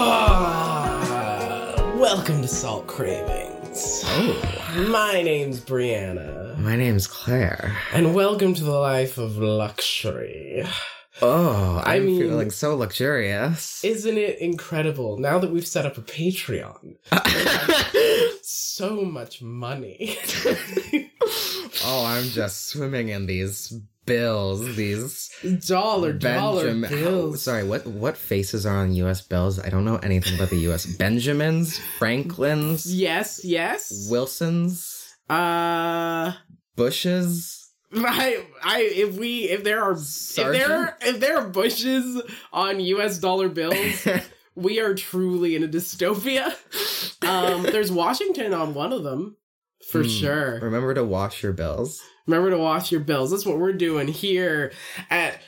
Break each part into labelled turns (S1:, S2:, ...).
S1: Ah,
S2: Oh.
S1: My name's Brianna,
S2: My name's Claire.
S1: and welcome to the life of luxury.
S2: Oh,
S1: I
S2: I'm
S1: mean-
S2: feeling so luxurious.
S1: Isn't it incredible now that we've set up a Patreon? So much money.
S2: oh, I'm just swimming in these bills, these
S1: dollar, dollar
S2: Benjamin. how-
S1: bills.
S2: Sorry, what what faces are on U.S. bills? I don't know anything about the U.S. Benjamins, Franklins,
S1: Yes, yes.
S2: Wilsons,
S1: Uh,
S2: Bushes.
S1: I, I, if we, if there are, if
S2: Sergeant?
S1: there are, if there are bushes on U.S. dollar bills, we are truly in a dystopia. Um, there's Washington on one of them, for
S2: Hmm.
S1: sure.
S2: Remember to wash your bills.
S1: Remember to wash your bills. That's what we're doing here at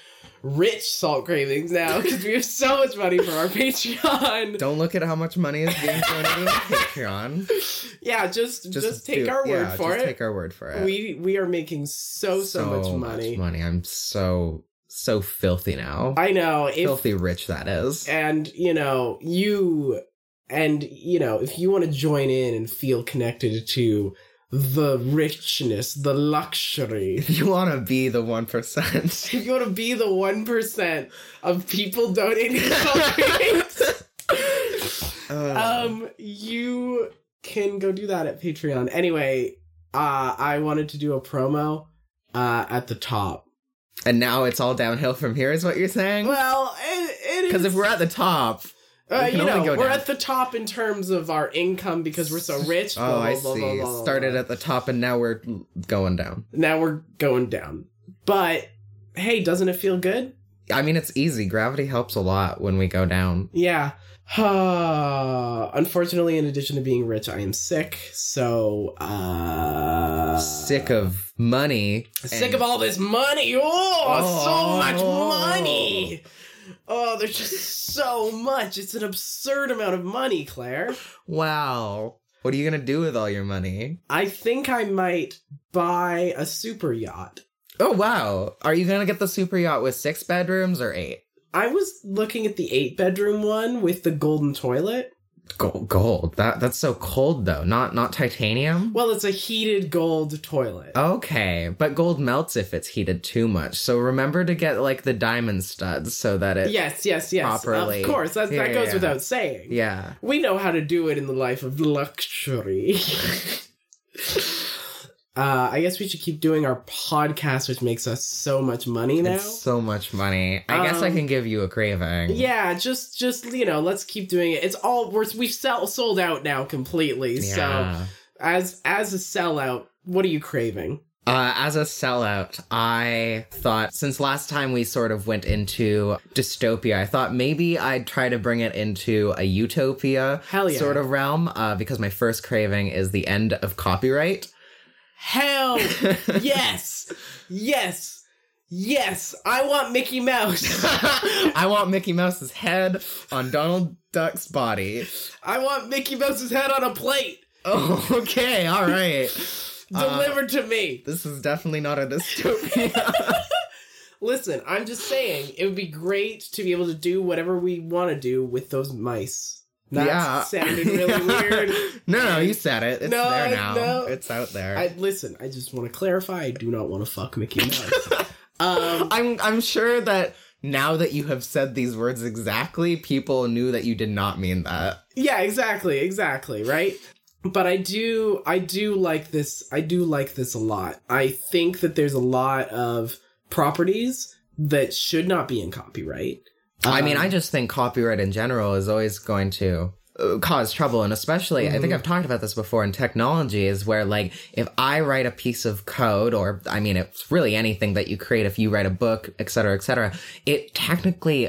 S1: Rich Salt Cravings now because we have so much money for our Patreon.
S2: Don't look at how much money is being thrown into the Patreon.
S1: Yeah, just just, take
S2: do-
S1: our word
S2: yeah,
S1: for
S2: just
S1: it.
S2: Take our word for it.
S1: We we are making so so, much, money.
S2: I'm so so filthy now.
S1: I know if
S2: filthy rich that is.
S1: and you know you and you know if you want to join in and feel connected to the richness, the luxury.
S2: If you want to be the one percent,
S1: If you want to be the one percent of people donating salt cravings. um you can go do that at patreon anyway uh i wanted to do a promo uh at the top
S2: and now it's all downhill from here, is what you're saying?
S1: well it, it
S2: Because
S1: is-
S2: if we're at the top,
S1: uh,
S2: we can
S1: you
S2: only
S1: know
S2: go
S1: we're
S2: down.
S1: at the top in terms of our income because we're so rich
S2: oh, I see. Started
S1: blah.
S2: at the top, and now we're going down.
S1: now we're going down but hey doesn't it feel good
S2: I mean, it's easy. Gravity helps a lot when we go down.
S1: yeah unfortunately in addition to being rich i am sick so uh
S2: Sick of money.
S1: Sick
S2: and-
S1: of all this money. Oh, so
S2: Oh.
S1: much money. Oh, there's just so much. It's an absurd amount of money, Claire.
S2: Wow. What are you gonna do with all your money?
S1: I think I might buy a super yacht.
S2: Oh wow. Are you gonna get the super yacht with six bedrooms or eight?
S1: I was looking at the eight bedroom one with the golden toilet.
S2: Gold, gold. That that's so cold though. Not not titanium.
S1: Well, it's a heated gold toilet.
S2: Oh, Okay, but gold melts if it's heated too much. So remember to get like the diamond studs so that it.
S1: yes, yes, yes.
S2: properly.
S1: Of course, that,
S2: Yeah,
S1: that
S2: yeah,
S1: goes
S2: yeah.
S1: without saying.
S2: Yeah.
S1: We know how to do it in the life of luxury. uh, I guess we should keep doing our podcast, which makes us so much money now.
S2: It's so much money. I guess I
S1: Um,
S2: can give you a craving.
S1: yeah, just just you know, let's keep doing it. It's all we're we've sell, sold out now completely. So
S2: Yeah.
S1: as as a sellout, what are you craving?
S2: Uh, as a sellout, I thought since last time we sort of went into dystopia, I thought maybe I'd try to bring it into a utopia
S1: Hell yeah.
S2: sort of realm uh, because my first craving is the end of copyright.
S1: Hell yes, yes, yes! I want Mickey Mouse.
S2: I want Mickey Mouse's head on Donald Duck's body.
S1: I want Mickey Mouse's head on a plate
S2: Oh, okay, all right. Uh,
S1: delivered to me.
S2: this is definitely not a dystopia.
S1: Listen, I'm just saying it would be great to be able to do whatever we want to do with those mice. That
S2: Yeah.
S1: sounded really weird.
S2: no, no, you said it. It's
S1: No,
S2: there now.
S1: no.
S2: It's out there.
S1: I listen. I just want to clarify. I do not want to fuck Mickey Mouse. um,
S2: I'm I'm sure that now that you have said these words exactly, people knew that you did not mean that.
S1: yeah, exactly, exactly, right. But I do, I do like this. I do like this a lot. I think that there's a lot of properties that should not be in copyright.
S2: I mean,
S1: Um,
S2: I just think copyright in general is always going to uh, cause trouble and especially I think
S1: Mhm.
S2: I've talked about this before in technology is where like if I write a piece of code or I mean it's really anything that you create if you write a book et cetera, et cetera, it technically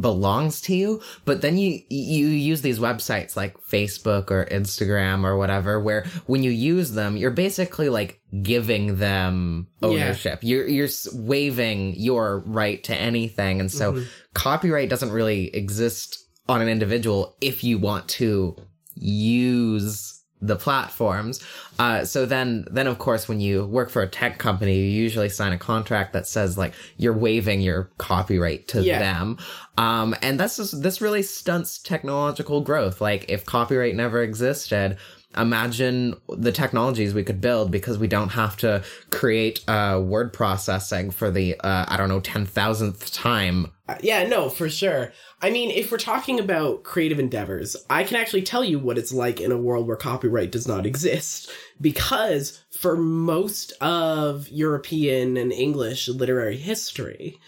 S2: belongs to you but then you you use these websites like Facebook or Instagram or whatever where when you use them you're basically like giving them
S1: Yeah.
S2: ownership you're you're s- waiving your right to anything and so
S1: Mhm.
S2: copyright doesn't really exist on an individual if you want to use the platforms. Uh, so then, then of course, when you work for a tech company, you usually sign a contract that says like you're waiving your copyright to
S1: Yeah.
S2: them. Um, and that's just, this really stunts technological growth. Like if copyright never existed, imagine the technologies we could build because we don't have to create uh, word processing for the uh, I don't know ten thousandth time.
S1: Uh, Yeah, no, for sure. I mean, if we're talking about creative endeavors, I can actually tell you what it's like in a world where copyright does not exist. Because for most of European and English literary history,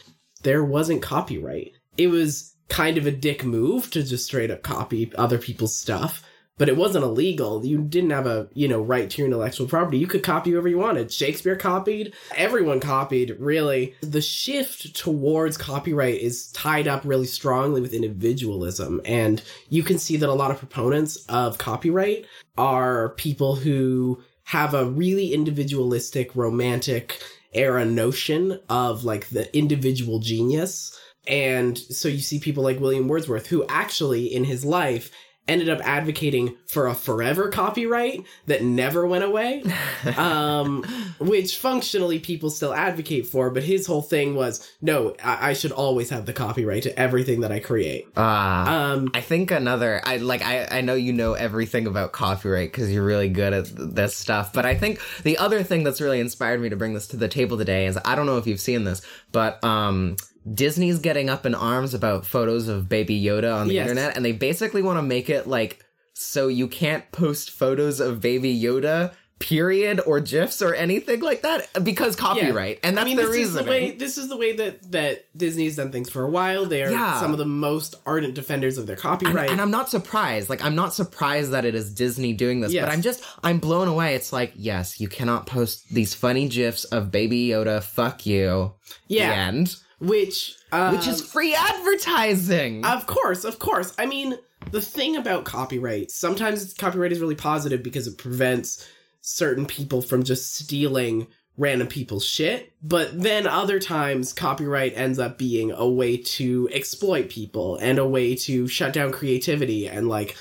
S1: there wasn't copyright. It was kind of a dick move to just straight up copy other people's stuff, but it wasn't illegal. You didn't have a, you know, right to your intellectual property. You could copy whoever you wanted. Shakespeare copied, everyone copied, really. The shift towards copyright is tied up really strongly with individualism. And you can see that a lot of proponents of copyright are people who have a really individualistic, romantic era notion of like the individual genius. And so you see people like William Wordsworth, who actually in his life ended up advocating for a forever copyright that never went away, um, which functionally people still advocate for. But his whole thing was no, I, I should always have the copyright to everything that I create.
S2: Ah.
S1: Um,
S2: I think another I like I, I know you know everything about copyright because you're really good at th- this stuff, but I think the other thing that's really inspired me to bring this to the table today is I don't know if you've seen this, but um Disney's getting up in arms about photos of baby Yoda on the
S1: Yes.
S2: internet and they basically want to make it like so you can't post photos of baby Yoda period or gifs or anything like that because copyright. And that's
S1: I mean,
S2: the
S1: this is
S2: reason.
S1: the way. This is the way that that Disney's done things for a while. They are
S2: Yeah.
S1: some of the most ardent defenders of their copyright.
S2: And I'm not surprised. Like, I'm not surprised that it is Disney doing this,
S1: Yes.
S2: but I'm just, I'm blown away. It's like, yes, you cannot post these funny gifs of Baby Yoda, fuck you.
S1: yeah,
S2: The end.
S1: which uh,
S2: Which is free advertising.
S1: Of course, of course. I mean, the thing about copyright, sometimes copyright is really positive because it prevents certain people from just stealing random people's shit. But then other times, copyright ends up being a way to exploit people and a way to shut down creativity and, like,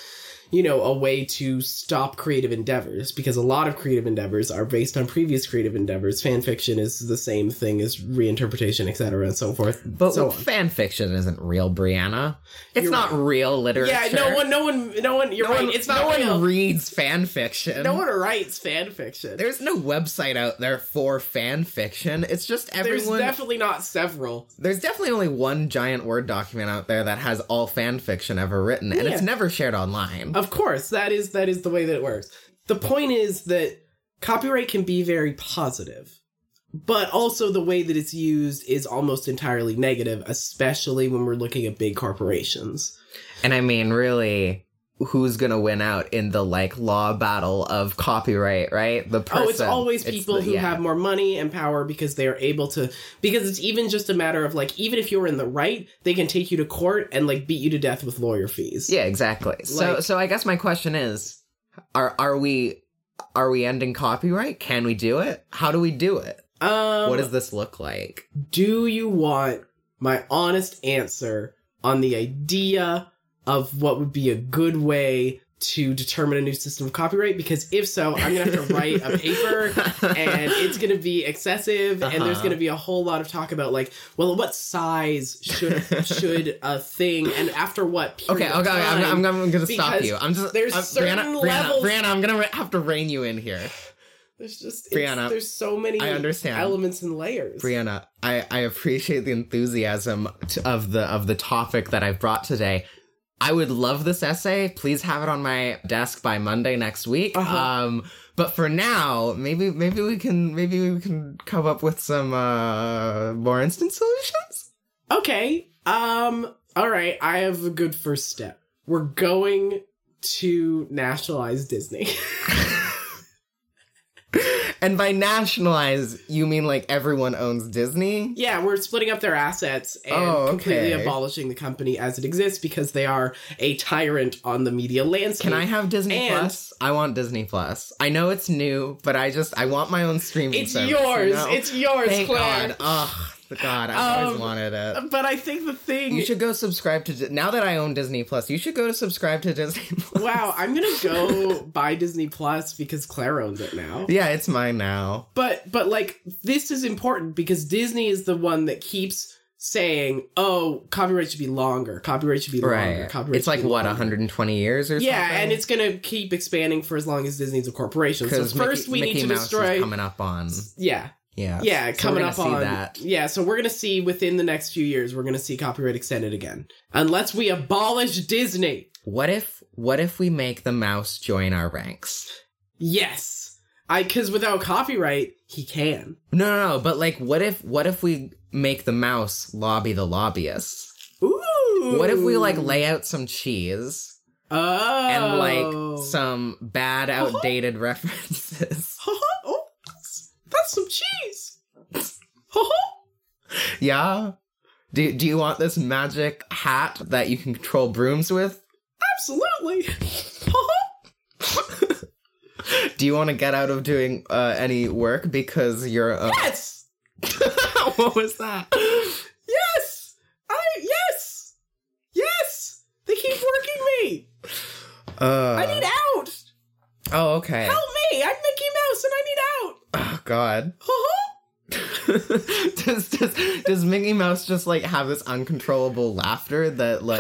S1: you know, a way to stop creative endeavors because a lot of creative endeavors are based on previous creative endeavors. Fan fiction is the same thing as reinterpretation, etc., and so forth.
S2: but
S1: so on.
S2: fan fiction isn't real, Brianna. It's
S1: You're
S2: not real literature.
S1: Yeah, no one, no one, no one. You're
S2: No
S1: right.
S2: one-
S1: it's not
S2: no
S1: real.
S2: one reads fan fiction.
S1: no one writes fan fiction.
S2: There's no website out there for fan fiction. It's just
S1: There's
S2: everyone.
S1: definitely not several.
S2: There's definitely only one giant Word document out there that has all fan fiction ever written, and it's
S1: Yeah. Oh.
S2: never shared online.
S1: Of course, that is that is the way that it works. The point is that copyright can be very positive, but also the way that it's used is almost entirely negative, especially when we're looking at big corporations.
S2: And I mean, really, who's gonna win out in the like law battle of copyright? Right? The person.
S1: oh, it's always
S2: It's
S1: people
S2: the-
S1: who
S2: yeah.
S1: have more money and power because they are able to because it's even just a matter of like even if you're in the right, they can take you to court and like beat you to death with lawyer fees.
S2: Yeah, exactly. so,
S1: Like-
S2: so I guess my question is: Are are we are we ending copyright? Can we do it? How do we do it?
S1: Um,
S2: what does this look like?
S1: do you want my honest answer on the idea of what would be a good way to determine a new system of copyright? Because if so, I'm gonna have to write a paper and it's going to be excessive and there's
S2: Uh-huh.
S1: going to be a whole lot of talk about like well what size should should a thing and after what period
S2: Okay, okay,
S1: of
S2: okay, I'm,
S1: time.
S2: I'm, gonna- I'm gonna stop
S1: because
S2: you. I'm just
S1: there's
S2: I'm,
S1: certain
S2: Brianna,
S1: levels-
S2: Brianna, Brianna, I'm gonna re- have to rein you in here.
S1: there's just it's-
S2: Brianna,
S1: there's so many
S2: I understand.
S1: elements and layers
S2: Brianna, I, I appreciate the enthusiasm t- of the of the topic that I've brought today. I would love this essay. Please have it on my desk by Monday next week.
S1: Uh-huh.
S2: Um, but for now, maybe maybe we can maybe we can come up with some uh, more instant solutions.
S1: okay um all right i have a good first step we're going to nationalize disney
S2: And by nationalize, you mean like everyone owns Disney?
S1: Yeah, we're splitting up their assets and
S2: Oh,
S1: completely
S2: okay.
S1: abolishing the company as it exists because they are a tyrant on the media landscape.
S2: Can I have Disney
S1: And-
S2: Plus? I want Disney Plus. I know it's new, but I just I want my own streaming.
S1: It's
S2: service, you
S1: yours.
S2: know?
S1: It's yours,
S2: Thank
S1: Claire.
S2: God. Oh, God. I always
S1: Um,
S2: wanted it.
S1: But I think the thing.
S2: You should go subscribe to Di- now that I own Disney Plus. You should go to subscribe to Disney Plus.
S1: wow, I'm gonna go buy Disney Plus because Claire owns it now.
S2: Yeah, it's mine now.
S1: But but like this is important because Disney is the one that keeps saying, "Oh, copyright should be longer. Copyright should be longer.
S2: right.
S1: Copyright."
S2: It's
S1: should
S2: like
S1: be
S2: what
S1: longer."
S2: 120 years or
S1: Yeah,
S2: something.
S1: and it's gonna keep expanding for as long as Disney's a corporation. So
S2: because
S1: first,
S2: Mickey,
S1: we
S2: Mickey
S1: need to
S2: Mouse is
S1: destroy.
S2: coming up on
S1: Yeah,
S2: yeah
S1: yeah,
S2: So we're
S1: coming
S2: gonna
S1: up
S2: see
S1: on
S2: that.
S1: Yeah, so we're gonna see within the next few years, we're gonna see copyright extended again, unless we abolish Disney.
S2: What if what if we make the mouse join our ranks?
S1: Yes, I because without copyright, he can.
S2: No, no, no. But like, what if what if we make the mouse lobby the lobbyists?
S1: Ooh,
S2: What if we like lay out some cheese
S1: oh
S2: and like some bad, outdated references?
S1: Huh? oh, that's, that's some cheese. Uh-huh. Huh?
S2: yeah. Do Do you want this magic hat that you can control brooms with?
S1: Absolutely. Uh-huh.
S2: Do you want to get out of doing uh, any work because you're? uh, A-
S1: yes.
S2: what was that?
S1: Yes. I yes. Yes. They keep working me.
S2: Uh,
S1: I need out.
S2: oh, okay.
S1: Help me. I'm Mickey Mouse and I need out. Uh-huh.
S2: Oh, God.
S1: Huh?
S2: does, does does Mickey Mouse just like have this uncontrollable laughter that like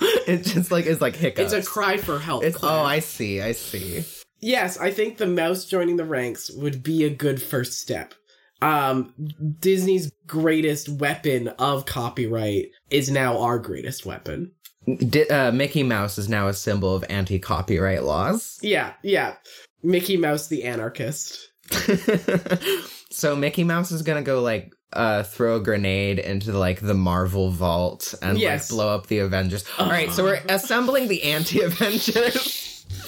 S2: it just like is like hiccups?
S1: It's a cry for help.
S2: It's-
S1: Claire.
S2: oh, I see, I see.
S1: yes, I think the mouse joining the ranks would be a good first step. Um, Disney's greatest weapon of copyright is now our greatest weapon.
S2: Di- uh, Mickey Mouse is now a symbol of anti-copyright laws.
S1: Yeah, yeah. Mickey Mouse the anarchist.
S2: so Mickey Mouse is gonna go like uh throw a grenade into like the Marvel vault and
S1: Yes.
S2: like blow up the Avengers. All right, so we're assembling the anti-Avengers.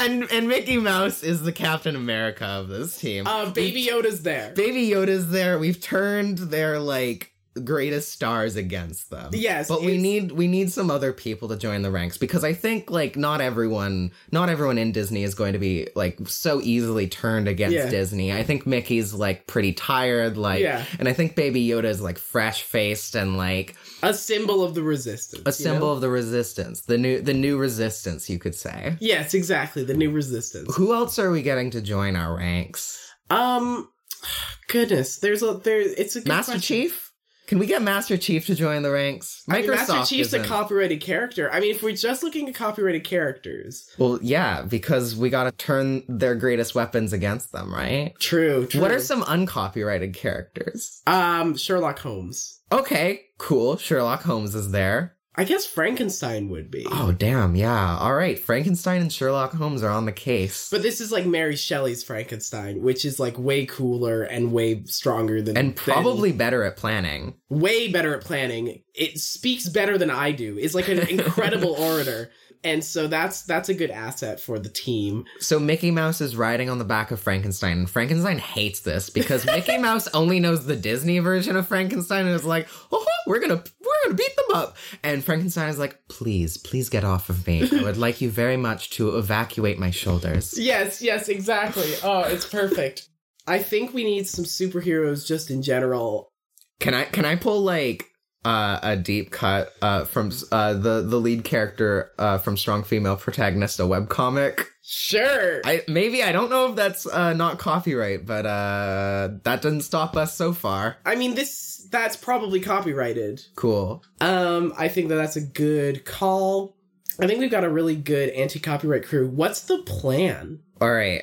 S2: And, and Mickey Mouse is the Captain America of this team.
S1: Uh, Baby Yoda's there.
S2: Baby Yoda's there. We've turned their like greatest stars against them.
S1: Yes,
S2: But we
S1: it's-
S2: need we need some other people to join the ranks because I think like not everyone not everyone in Disney is going to be like so easily turned against
S1: Yeah.
S2: Disney. I think Mickey's like pretty tired like
S1: Yeah.
S2: and I think Baby Yoda is like fresh-faced and like
S1: a symbol of the resistance.
S2: a
S1: you
S2: symbol
S1: know?
S2: of the resistance. The new the new resistance, you could say.
S1: Yes, exactly. The new resistance.
S2: Who else are we getting to join our ranks?
S1: Um, goodness, there's a there. It's a good
S2: Master
S1: question.
S2: Chief? Can we get Master Chief to join the ranks?
S1: I mean, Master Chief's a
S2: isn't-
S1: copyrighted character. I mean, if we're just looking at copyrighted characters,
S2: Well, yeah, because we gotta turn their greatest weapons against them, right?
S1: true. true.
S2: What are some uncopyrighted characters?
S1: um Sherlock Holmes?
S2: Okay, cool. Sherlock Holmes is there.
S1: I guess Frankenstein would be.
S2: Oh, damn, yeah. All right, Frankenstein and Sherlock Holmes are on the case.
S1: But this is like Mary Shelley's Frankenstein, which is like way cooler and way stronger than
S2: And
S1: than-
S2: probably better at planning.
S1: way better at planning. It speaks better than I do. Is like an incredible orator. And so that's that's a good asset for the team.
S2: So Mickey Mouse is riding on the back of Frankenstein, and Frankenstein hates this because Mickey Mouse only knows the Disney version of Frankenstein and is like, oh, we're gonna we're gonna beat them up. And Frankenstein is like, please, please get off of me. I would like you very much to evacuate my shoulders.
S1: Yes, yes, exactly. Oh, it's perfect. I think we need some superheroes just in general.
S2: Can I can I pull like uh, a deep cut uh, from uh, the the lead character uh, from Strong Female Protagonist, a webcomic?
S1: Sure.
S2: I maybe I don't know if that's uh, not copyright, but uh, that doesn't stop us so far.
S1: I mean this that's probably copyrighted.
S2: Cool.
S1: Um I think that that's a good call. I think we've got a really good anti-copyright crew. What's the plan?
S2: All right.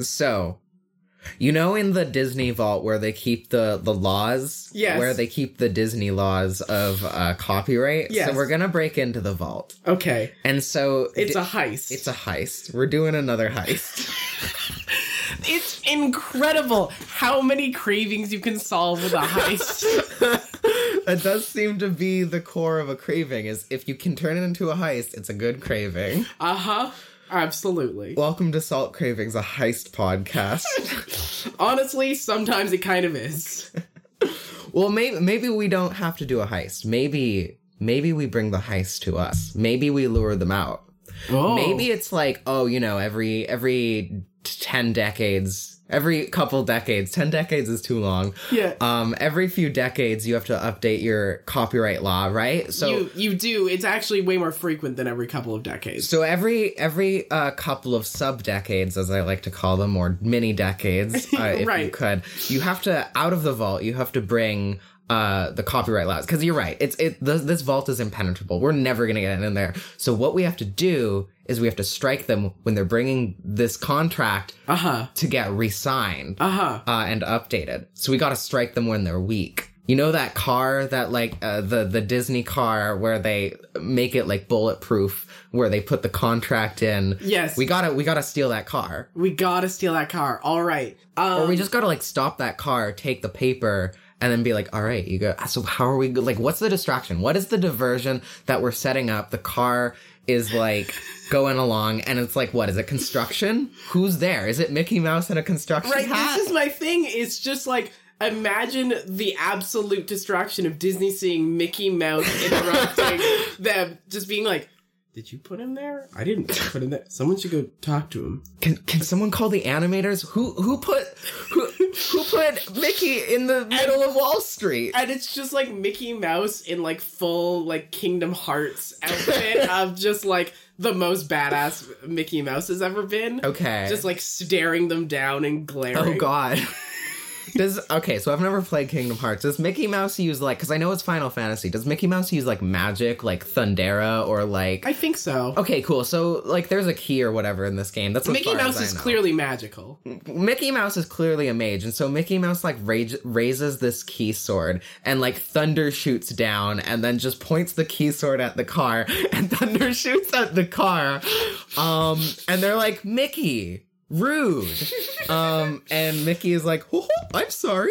S2: So, you know, in the Disney vault where they keep the the laws,
S1: Yes.
S2: where they keep the Disney laws of uh, copyright.
S1: Yes.
S2: So we're gonna break into the vault,
S1: Okay.
S2: and so
S1: It's
S2: di-
S1: a heist.
S2: it's a heist. We're doing another heist.
S1: It's incredible how many cravings you can solve with a heist.
S2: that does seem to be the core of a craving. Is if you can turn it into a heist, it's a good craving.
S1: uh huh. Absolutely.
S2: Welcome to Salt Cravings, a heist podcast.
S1: Honestly, sometimes it kind of is.
S2: Well, maybe maybe we don't have to do a heist. Maybe maybe we bring the heist to us. Maybe we lure them out.
S1: Oh.
S2: Maybe it's like, oh, you know, every every t- 10 decades, every couple decades, 10 decades is too long.
S1: Yeah.
S2: Um every few decades you have to update your copyright law, right? So
S1: you you do. It's actually way more frequent than every couple of decades.
S2: so every every uh, couple of sub decades, as I like to call them, or mini decades, uh, if you
S1: Right.
S2: could, you have to out of the vault. You have to bring uh, the copyright laws. Because you're right, it's it th- this vault is impenetrable. We're never gonna get in there. So what we have to do is we have to strike them when they're bringing this contract
S1: Uh huh.
S2: to get re-signed
S1: Uh huh.
S2: uh, and updated. So we got to strike them when they're weak. You know that car that like uh, the the Disney car where they make it like bulletproof, where they put the contract in.
S1: Yes.
S2: We gotta we gotta steal that car,
S1: We gotta steal that car. All right. Um,
S2: or we just gotta like stop that car, take the paper, and then be like, all right, you go. So how are we like? What's the distraction? What is the diversion that we're setting up? The car is like going along, and it's like, what is it? Construction? Who's there? Is it Mickey Mouse in a construction
S1: right.
S2: hat?
S1: This is my thing. It's just like imagine the absolute distraction of Disney seeing Mickey Mouse interrupting them, just being like, "Did you put him there? I didn't put him there. Someone should go talk to him."
S2: Can can someone call the animators? Who who put who who put Mickey in the middle of Wall Street?
S1: And it's just like Mickey Mouse in like full like Kingdom Hearts outfit of just like the most badass Mickey Mouse has ever been.
S2: Okay.
S1: Just like staring them down and glaring.
S2: oh god. Does okay, so I've never played Kingdom Hearts. Does Mickey Mouse use like cuz I know it's Final Fantasy. Does Mickey Mouse use like magic like Thundera or like
S1: I think so.
S2: Okay, cool. So like there's a key or whatever in this game. That's as
S1: Mickey
S2: far as
S1: Mouse
S2: I
S1: is
S2: know.
S1: clearly magical.
S2: Mickey Mouse is clearly a mage, and so Mickey Mouse like rage- raises this key sword, and like thunder shoots down, and then just points the key sword at the car, and thunder shoots at the car, um, and they're like Mickey, rude, um, and Mickey is like, "Oh, I'm sorry.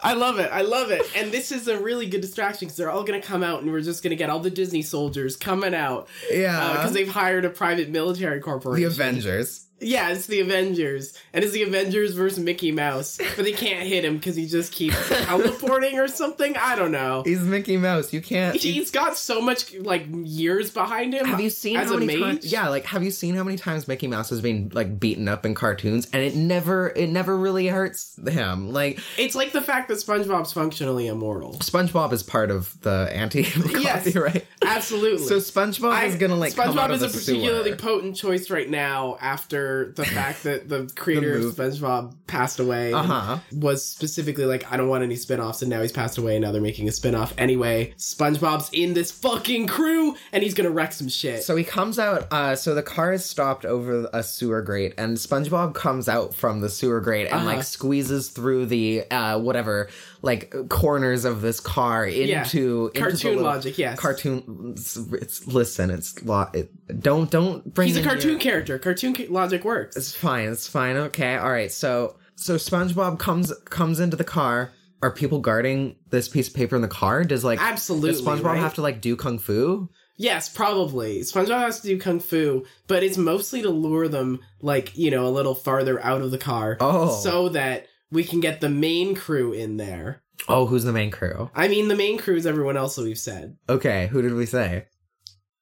S1: I love it. I love it. And this is a really good distraction because they're all going to come out and we're just going to get all the Disney soldiers coming out
S2: Yeah,
S1: because they've hired a private military
S2: Uh-huh. the
S1: corporation.
S2: Avengers.
S1: yeah, it's the Avengers. And it's the Avengers versus Mickey Mouse. But they can't hit him because he just keeps teleporting or something. I don't know.
S2: He's Mickey Mouse. You can't. you
S1: He's got so much like years behind him.
S2: Have you seen
S1: as
S2: how
S1: a
S2: many
S1: mage?
S2: times? Yeah, like have you seen how many times Mickey Mouse has been like beaten up in cartoons, and it never, it never really hurts him. Like
S1: It's like the fact that SpongeBob's functionally immortal.
S2: SpongeBob is part of the anti
S1: Yes.
S2: copyright.
S1: Absolutely.
S2: So SpongeBob
S1: I-
S2: is gonna like
S1: SpongeBob
S2: come out
S1: is
S2: of
S1: a
S2: the
S1: particularly
S2: sewer.
S1: potent choice right now after the fact that the creator of
S2: move.
S1: SpongeBob passed away.
S2: uh huh.
S1: Was specifically like, I don't want any spin-offs, and now he's passed away, and now they're making a spin-off anyway. SpongeBob's in this fucking crew, and he's gonna wreck some shit.
S2: So he comes out. Uh, so the car is stopped over a sewer grate, and SpongeBob comes out from the sewer grate and
S1: Uh-huh.
S2: like squeezes through the uh, whatever like corners of this car
S1: Yeah.
S2: into into the
S1: Cartoon
S2: little-
S1: logic, yes.
S2: Cartoon. It's, it's- listen. It's lot. It, don't don't bring.
S1: He's a
S2: in your-
S1: cartoon character. Cartoon ca- logic works.
S2: It's fine. It's fine. Okay. All right. So so SpongeBob comes comes into the car. Are people guarding this piece of paper in the car? Does like
S1: Absolutely,
S2: does SpongeBob
S1: right?
S2: have to like do kung fu?
S1: Yes, probably. SpongeBob has to do kung fu, but it's mostly to lure them, like, you know, a little farther out of the car.
S2: Oh.
S1: So that we can get the main crew in there.
S2: Oh, who's the main crew?
S1: I mean, the main crew is everyone else that we've said.
S2: Okay, who did we say?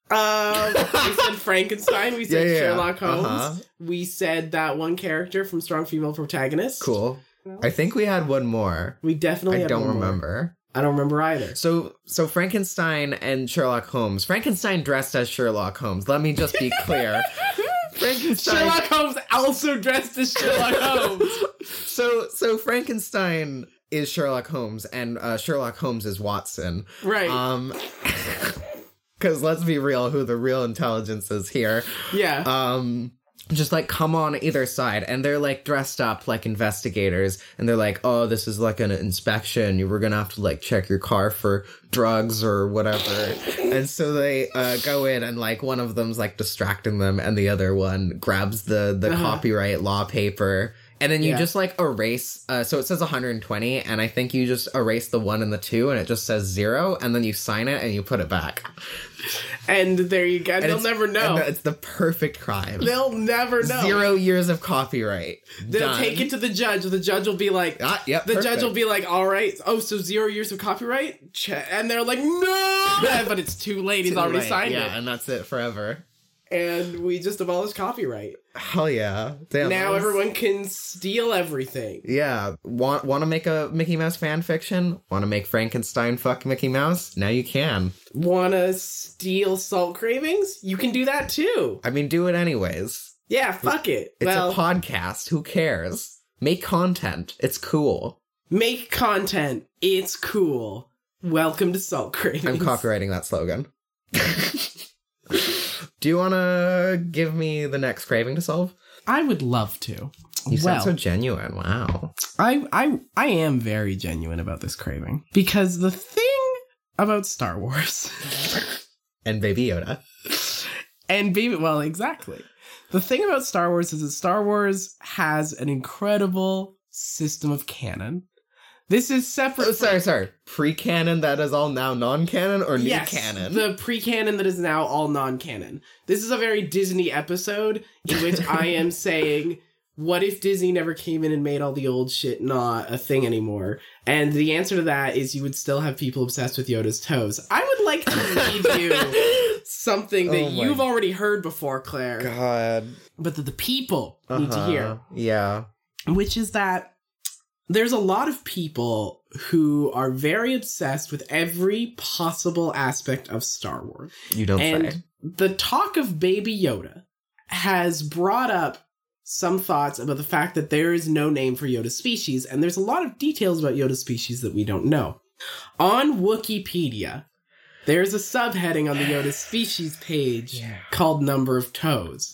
S1: Um, we said Frankenstein, we said
S2: Yeah, yeah, yeah.
S1: Sherlock Holmes,
S2: Uh-huh.
S1: we said that one character from Strong Female Protagonist.
S2: Cool. I think we had one more.
S1: We definitely
S2: I
S1: had
S2: don't
S1: one more.
S2: remember.
S1: I don't remember either.
S2: So so Frankenstein and Sherlock Holmes. Frankenstein dressed as Sherlock Holmes. Let me just be clear. Frankenstein
S1: Sherlock Holmes also dressed as Sherlock Holmes.
S2: So so Frankenstein is Sherlock Holmes and uh, Sherlock Holmes is Watson.
S1: Right.
S2: Um cuz let's be real who the real intelligence is here.
S1: yeah.
S2: Um just like come on either side and they're like dressed up like investigators and they're like oh this is like an inspection you were gonna have to like check your car for drugs or whatever and so they uh, go in and like one of them's like distracting them and the other one grabs the the
S1: Uh-huh.
S2: copyright law paper and then you
S1: Yeah.
S2: just like erase uh, so it says 120 and i think you just erase the one and the two and it just says zero and then you sign it and you put it back
S1: and there you go. They'll
S2: it's-
S1: never know.
S2: and it's the perfect crime
S1: They'll never know.
S2: Zero years of copyright.
S1: They'll
S2: Done.
S1: take it to the judge. The judge will be like,
S2: Ah, yep,
S1: the judge
S2: perfect.
S1: will be like, all right, oh, so zero years of copyright, Che- and they're like, no, but it's too late. He's already
S2: Right,
S1: signed
S2: Yeah, and that's it forever.
S1: it, and we just abolished copyright.
S2: Hell yeah! Damn. that
S1: now
S2: was-
S1: everyone can steal everything.
S2: Yeah, want want to make a Mickey Mouse fan fiction? Want to make Frankenstein fuck Mickey Mouse? Now you can.
S1: Wanna steal salt cravings? You can do that too.
S2: I mean, do it anyways.
S1: Yeah, fuck it.
S2: It's
S1: well,
S2: a podcast. Who cares? Make content. It's cool.
S1: Make content. It's cool. Welcome to Salt Cravings.
S2: I'm copywriting that slogan. Do you want to give me the next craving to solve?
S1: I would love to.
S2: You
S1: well,
S2: sound so genuine. Wow.
S1: I, I, I am very genuine about this craving because the thing about Star Wars
S2: And Baby Yoda.
S1: and be well, exactly. The thing about Star Wars is that Star Wars has an incredible system of canon. This is separate.
S2: Oh, sorry, sorry. Pre canon that is all now non canon or new canon?
S1: The pre canon that is now all non canon. This is a very Disney episode in which I am saying, what if Disney never came in and made all the old shit not a thing anymore? And the answer to that is you would still have people obsessed with Yoda's toes. I would like to read you something that
S2: Oh my
S1: you've already heard before, Claire,
S2: God.
S1: but that the people need to hear
S2: Uh-huh. Yeah.
S1: which is that there's a lot of people who are very obsessed with every possible aspect of Star Wars.
S2: You don't
S1: and
S2: say.
S1: the talk of Baby Yoda has brought up some thoughts about the fact that there is no name for Yoda's species, and there's a lot of details about Yoda's species that we don't know. On Wikipedia, there's a subheading on the Yoda species page
S2: Yeah.
S1: called Number of Toes.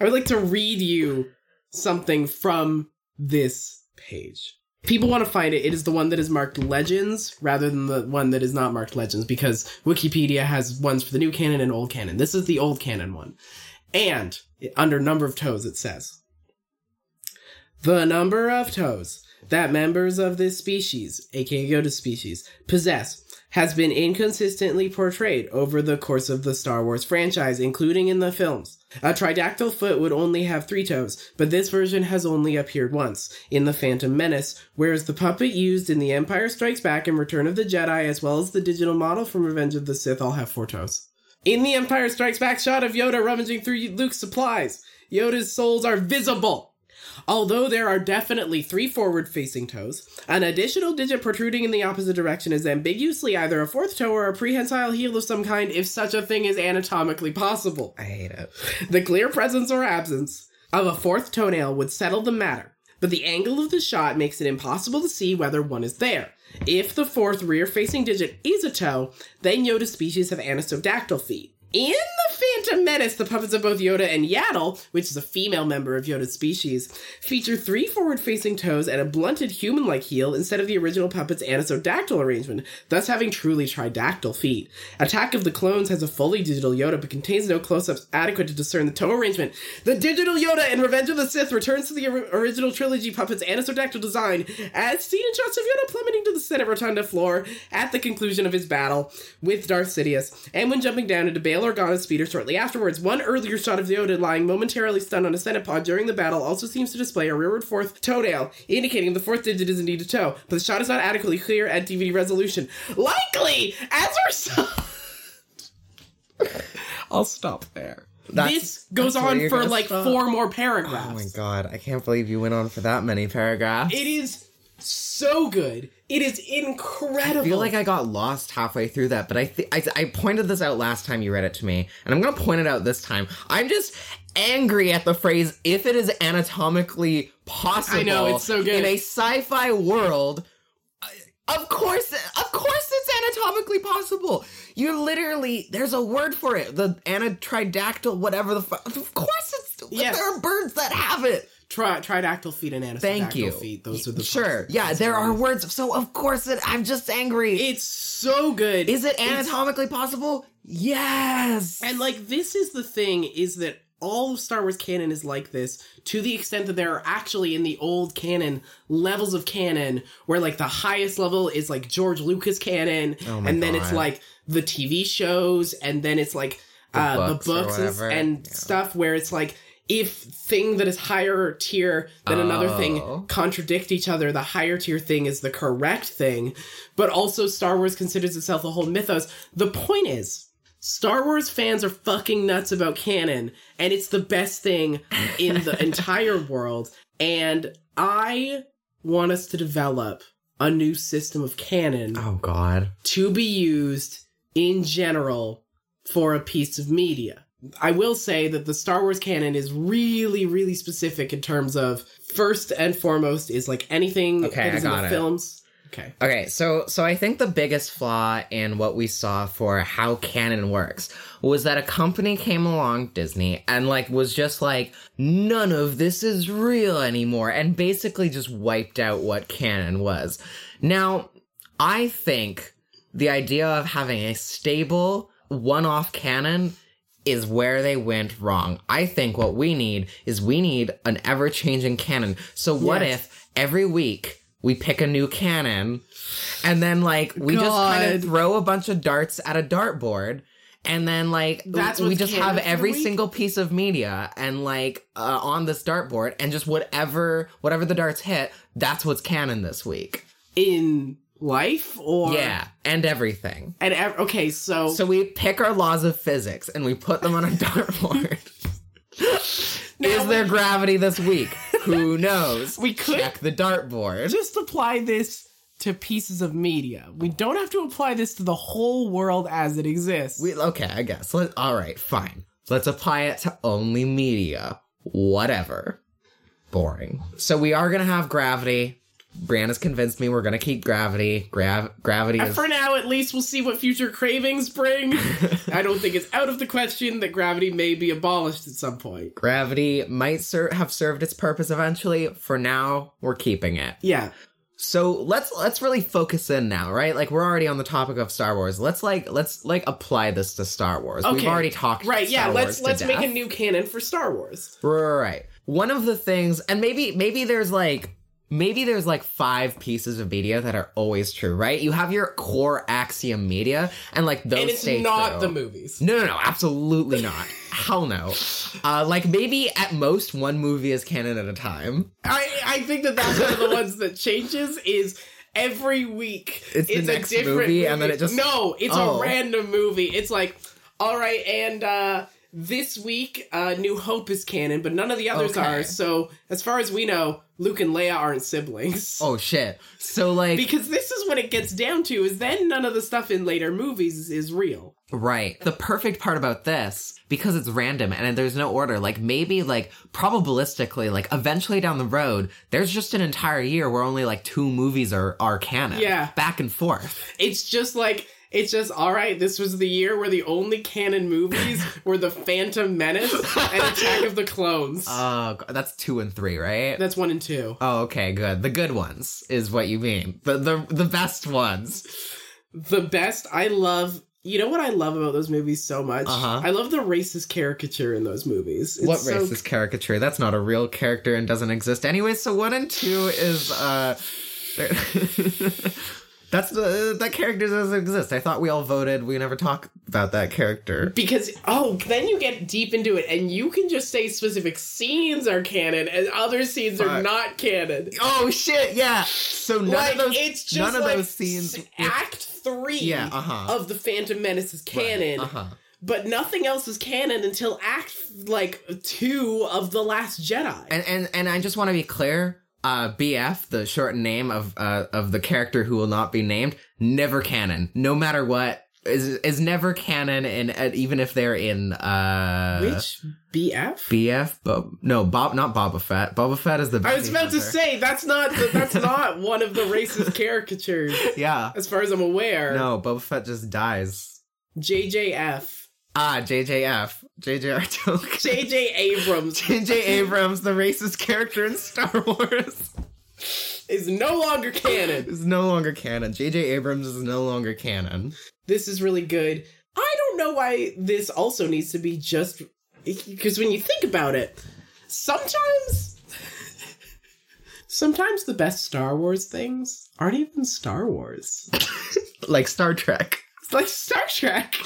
S1: I would like to read you something from this page. People want to find it. It is the one that is marked Legends rather than the one that is not marked Legends because Wikipedia has ones for the new canon and old canon. This is the old canon one. And it- under number of toes, it says the number of toes that members of this species, aka Yoda species, possess has been inconsistently portrayed over the course of the Star Wars franchise, including in the films. A tridactyl foot would only have three toes, but this version has only appeared once, in The Phantom Menace, whereas the puppet used in The Empire Strikes Back and Return of the Jedi, as well as the digital model from Revenge of the Sith, all have four toes. In The Empire Strikes Back shot of Yoda rummaging through Luke's supplies, Yoda's soles are visible. Although there are definitely three forward facing toes, an additional digit protruding in the opposite direction is ambiguously either a fourth toe or a prehensile heel of some kind if such a thing is anatomically possible.
S2: I hate it.
S1: The clear presence or absence of a fourth toenail would settle the matter, but the angle of the shot makes it impossible to see whether one is there. If the fourth rear facing digit is a toe, then Yoda species have anistodactyl feet. In the Phantom Menace, the puppets of both Yoda and Yaddle, which is a female member of Yoda's species, feature three forward facing toes and a blunted human like heel instead of the original puppet's anisodactyl arrangement, thus having truly tridactyl feet. Attack of the Clones has a fully digital Yoda but contains no close ups adequate to discern the toe arrangement. The digital Yoda in Revenge of the Sith returns to the or- original trilogy puppet's anisodactyl design, as seen in shots of Yoda plummeting to the Senate Rotunda floor at the conclusion of his battle with Darth Sidious, and when jumping down into Bail Organa's speeder shortly afterwards. One earlier shot of Yoda lying momentarily stunned on a Senate pod during the battle also seems to display a rearward fourth toenail, indicating the fourth digit is indeed a toe, but the shot is not adequately clear at DVD resolution. Likely, as a result. I'll stop there.
S2: That's-
S1: this goes
S2: that's where
S1: on
S2: you're
S1: for
S2: gonna
S1: like
S2: stop.
S1: four more
S2: Oh my
S1: paragraphs.
S2: god, I can't believe you went on for that many paragraphs.
S1: it is so good. It is incredible.
S2: I feel like I got lost halfway through that, but I, th- I I pointed this out last time you read it to me, and I'm gonna point it out this time. I'm just angry at the phrase "if it is anatomically possible."
S1: I know, it's so good.
S2: in a sci-fi world. I- Of course, of course, it's anatomically possible. You literally, there's a word for it. The anatridactyl, whatever the fuck. Of course, it's
S1: Yes.
S2: there are birds that have it.
S1: Tri- tridactyl feet and anistodactyl
S2: Thank you.
S1: feet. Those are the
S2: Sure, yeah, there are words. So of course, it, I'm just angry.
S1: It's so good.
S2: Is it
S1: It's-
S2: anatomically possible? Yes.
S1: And like this is the thing is that all of Star Wars canon is like this to the extent that there are actually in the old canon levels of canon where like the highest level is like George Lucas canon
S2: Oh my
S1: and then it's
S2: God.
S1: like the TV shows and then it's like uh,
S2: books
S1: the
S2: or
S1: books and, s-
S2: whatever.
S1: and
S2: Yeah.
S1: stuff where it's like if thing that is higher tier than another
S2: Oh.
S1: thing contradict each other the higher tier thing is the correct thing but also star wars considers itself a whole mythos the point is Star Wars fans are fucking nuts about canon, and it's the best thing in the entire world. And I want us to develop a new system of canon
S2: oh God.
S1: to be used in general for a piece of media. I will say that the Star Wars canon is really, really specific in terms of first and foremost is like anything
S2: Okay,
S1: that is
S2: I
S1: in
S2: got
S1: the
S2: it.
S1: films. Okay.
S2: Okay, so so I think the biggest flaw in what we saw for how canon works was that a company came along, Disney, and like was just like none of this is real anymore and basically just wiped out what canon was. Now, I think the idea of having a stable one-off canon is where they went wrong. I think what we need is we need an ever-changing canon. So what
S1: Yes.
S2: if every week we pick a new canon and then like we just kind
S1: God.
S2: of throw a bunch of darts at a dartboard and then like
S1: That's
S2: we
S1: what's
S2: just
S1: canon
S2: have
S1: for the
S2: every
S1: week?
S2: single piece of media and like uh, on this dartboard and just whatever whatever the darts hit that's what's canon this week
S1: In life or
S2: yeah and everything
S1: And ev- okay, so,
S2: so we pick our laws of physics and we put them on a dartboard is there gravity this week who knows
S1: We could-
S2: check the dartboard
S1: just apply this to pieces of media. We don't have to apply this to the whole world as it exists.
S2: We, okay, I guess. Let, all right, fine. Let's apply it to only media. Whatever. Boring. So we are gonna have gravity. Brianna's convinced me we're gonna keep gravity. Grav gravity
S1: And
S2: is
S1: for now, at least, we'll see what future cravings bring. I don't think it's out of the question that gravity may be abolished at some point.
S2: gravity might ser- have served its purpose eventually. For now, we're keeping it.
S1: Yeah.
S2: So let's let's really focus in now, right? Like we're already on the topic of Star Wars. Let's like let's like apply this to Star Wars. We've
S1: Okay.
S2: already talked
S1: Right, yeah,
S2: Star Wars
S1: let's
S2: to
S1: let's make
S2: death.
S1: a new canon for Star Wars.
S2: Right. One of the things, and maybe maybe there's like maybe there's like five pieces of media that are always true, right? You have your core axiom media, and like those
S1: and it's
S2: stay
S1: not
S2: true.
S1: the movies.
S2: No, no, no, absolutely not. Hell no. Uh, like maybe at most one movie is canon at a time.
S1: I, I think that that's one of the ones that changes is every week
S2: It's the next movie, and then it just-
S1: No, it's
S2: Oh.
S1: a random movie. It's like, all right, and uh this week, uh New Hope is canon, but none of the others
S2: Okay.
S1: are. So as far as we know, Luke and Leia aren't siblings.
S2: Oh shit. So like
S1: Because this is what it gets down to is then none of the stuff in later movies is real.
S2: Right. The perfect part about this, because it's random and there's no order, like maybe like probabilistically, like eventually down the road, there's just an entire year where only like two movies are, are canon.
S1: Yeah.
S2: Back and forth.
S1: It's just like it's just all right. This was the year where the only canon movies were The Phantom Menace and Attack of the Clones.
S2: Oh, g- that's two and three, right?
S1: That's one and two.
S2: Oh, okay, good. The good ones is what you mean. The the the best ones.
S1: The best. I love. You know what I love about those movies so much?
S2: Uh-huh.
S1: I love the racist caricature in those movies. It's
S2: what
S1: so-
S2: racist caricature? That's not a real character and doesn't exist anyway. So one and two is uh, they're- that's the that character doesn't exist. I thought we all voted. We never talk about that character.
S1: Because oh, then you get deep into it, and you can just say specific scenes are canon, and other scenes are
S2: Fuck.
S1: not canon.
S2: Oh shit! Yeah. So none
S1: like
S2: of those
S1: it's just
S2: none of
S1: like
S2: those scenes.
S1: s- Act three
S2: Yeah, uh-huh.
S1: of the Phantom Menace is canon,
S2: Uh-huh.
S1: but nothing else is canon until Act like two of the Last Jedi.
S2: And and and I just want to be clear. Uh, BF, the short name of uh, of the character who will not be named, never canon. No matter what, is is never canon, and uh, even if they're in uh,
S1: Which BF?
S2: BF, Bob, no, Bob, not Boba Fett. Boba Fett is the.
S1: I was about to say that's not that's not one of the racist caricatures,
S2: yeah.
S1: as far as I'm aware.
S2: No, Boba Fett just dies.
S1: JJF,
S2: Ah, JJF, JJ Artoke,
S1: JJ Abrams
S2: JJ Abrams, the racist character in Star Wars,
S1: is no longer canon.
S2: is no longer canon. JJ Abrams is no longer canon.
S1: this is really good. I don't know why this also needs to be just because when you think about it, sometimes sometimes the best Star Wars things aren't even Star Wars.
S2: Like Star Trek.
S1: It's like Star Trek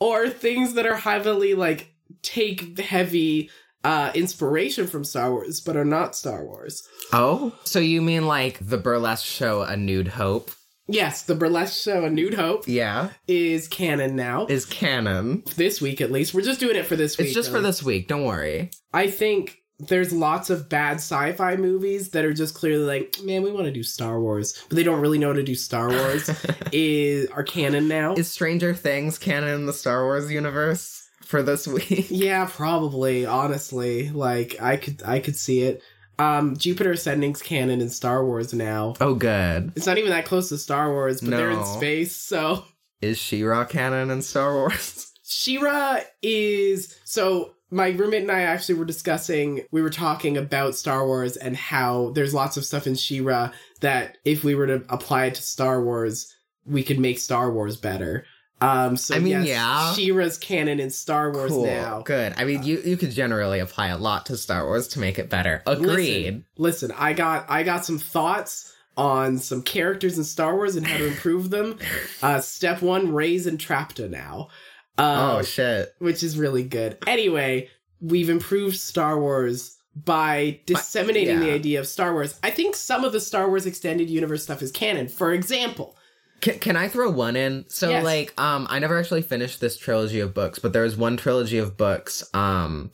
S1: or things that are heavily like take heavy uh inspiration from Star Wars but are not Star Wars.
S2: Oh, so you mean like the burlesque show A Nude Hope?
S1: Yes, the burlesque show A Nude Hope
S2: Yeah,
S1: is canon now.
S2: is canon.
S1: this week at least. We're just doing it for this week.
S2: It's just for
S1: really.
S2: this week. Don't worry.
S1: I think there's lots of bad sci-fi movies that are just clearly like, man, we want to do Star Wars, but they don't really know how to do Star Wars. is are canon now?
S2: Is Stranger Things canon in the Star Wars universe? for this week.
S1: Yeah, probably. Honestly, like I could, I could see it. Um, Jupiter Ascending's canon in Star Wars now.
S2: Oh, good.
S1: It's not even that close to Star Wars, but they're in
S2: No.
S1: space, so
S2: Is She-Ra canon in Star Wars?
S1: Shira is so. My roommate and I actually were discussing. We were talking about Star Wars and how there's lots of stuff in Shira that if we were to apply it to Star Wars, we could make Star Wars better. Um, so
S2: I mean,
S1: yes,
S2: yeah.
S1: Shira's canon in Star Wars
S2: cool.
S1: now.
S2: Good. I mean, you you could generally apply a lot to Star Wars to make it better. Agreed.
S1: Listen, I got I got some thoughts on some characters in Star Wars and how to improve them. Uh, step one, raise Entrapta now,
S2: oh
S1: uh,
S2: shit.
S1: which is really good. Anyway, we've improved Star Wars by disseminating
S2: yeah.
S1: the idea of Star Wars. I think some of the Star Wars extended universe stuff is canon. For example,
S2: Can, can I throw one in? So
S1: Yes.
S2: like um I never actually finished this trilogy of books, but there was one trilogy of books um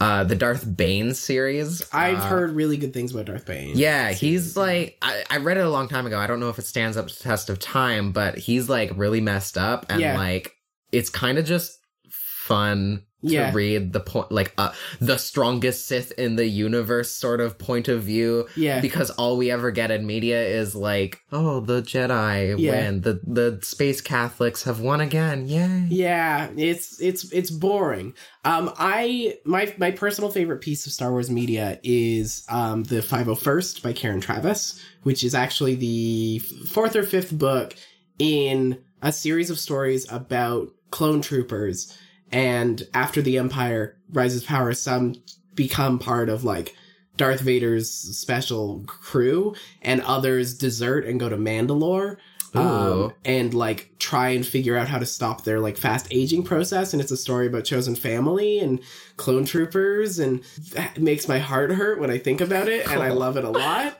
S2: uh the Darth Bane series.
S1: I've
S2: Uh,
S1: heard really good things about Darth Bane.
S2: Yeah, he's like I, I read it a long time ago. I don't know if it stands up to the test of time, but he's like really messed up and
S1: Yeah.
S2: like it's kind of just fun
S1: Yeah.
S2: to read the point like uh, the strongest Sith in the universe sort of point of view
S1: yeah,
S2: because all we ever get in media is like, oh, the Jedi
S1: Yeah.
S2: win, the the space Catholics have won again, yay!
S1: Yeah, it's it's it's boring. Um, I my my personal favorite piece of Star Wars media is um the Five Hundred First by Karen Travis, which is actually the f- fourth or fifth book in a series of stories about clone troopers. And after the Empire rises power, some become part of like Darth Vader's special crew, and others desert and go to Mandalore um,
S2: Ooh.
S1: and like try and figure out how to stop their like fast aging process. And it's a story about chosen family and clone troopers, and that makes my heart hurt when I think about it. And I
S2: Cool.
S1: love it a lot.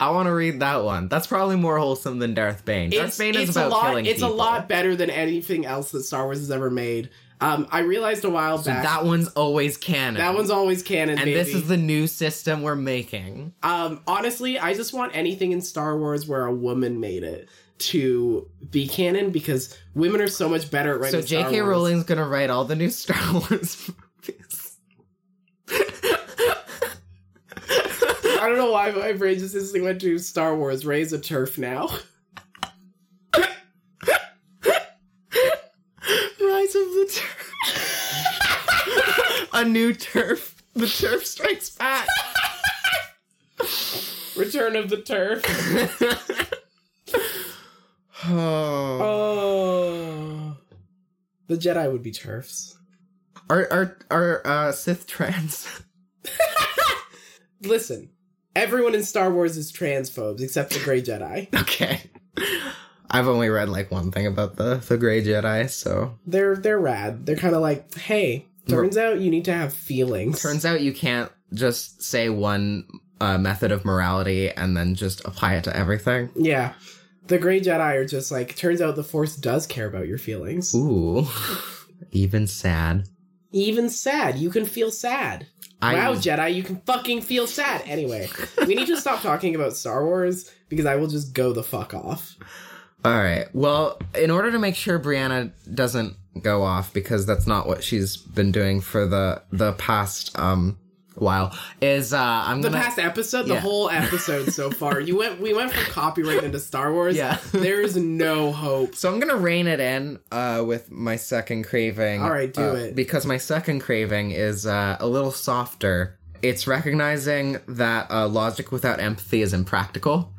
S2: I want to read that one. That's probably more wholesome than Darth Bane. Darth Bane is about
S1: a lot.
S2: killing
S1: it's a
S2: people.
S1: lot better than anything else that Star Wars has ever made. Um, I realized a while
S2: So
S1: back
S2: that one's always canon.
S1: that one's always canon.
S2: and
S1: baby.
S2: this is the new system we're making.
S1: Um, honestly, I just want anything in Star Wars where a woman made it to be canon because women are so much better at writing.
S2: so J.K.
S1: Star Wars.
S2: Rowling's gonna write all the new Star Wars movies.
S1: I don't know why my brain just instantly went to Star Wars. Raise a turf now.
S2: Rise of the Turf. a new turf. The turf strikes back.
S1: Return of the turf.
S2: oh.
S1: Oh, the Jedi would be turfs.
S2: Are are are uh, Sith trans?
S1: Listen, everyone in Star Wars is transphobes except the Gray Jedi.
S2: okay. I've only read like one thing about the the Gray Jedi, so
S1: They're they're rad. They're kind of like, hey, turns out you need to have feelings.
S2: Turns out you can't just say one uh, method of morality and then just apply it to everything.
S1: Yeah. The Grey Jedi are just like, turns out the Force does care about your feelings.
S2: Ooh, even sad.
S1: Even sad. You can feel sad.
S2: I
S1: wow, Jedi, you can fucking feel sad. Anyway, we need to stop talking about Star Wars because I will just go the fuck off.
S2: all right. Well, in order to make sure Brianna doesn't go off because that's not what she's been doing for the the past um while is uh I'm
S1: The
S2: gonna
S1: past episode, the
S2: yeah.
S1: whole episode so far, you went we went from copyright into Star Wars.
S2: Yeah.
S1: There is no hope.
S2: So I'm gonna rein it in uh, with my second craving.
S1: All right, do
S2: uh,
S1: it.
S2: Because my second craving is uh, a little softer. It's recognizing that uh, logic without empathy is impractical.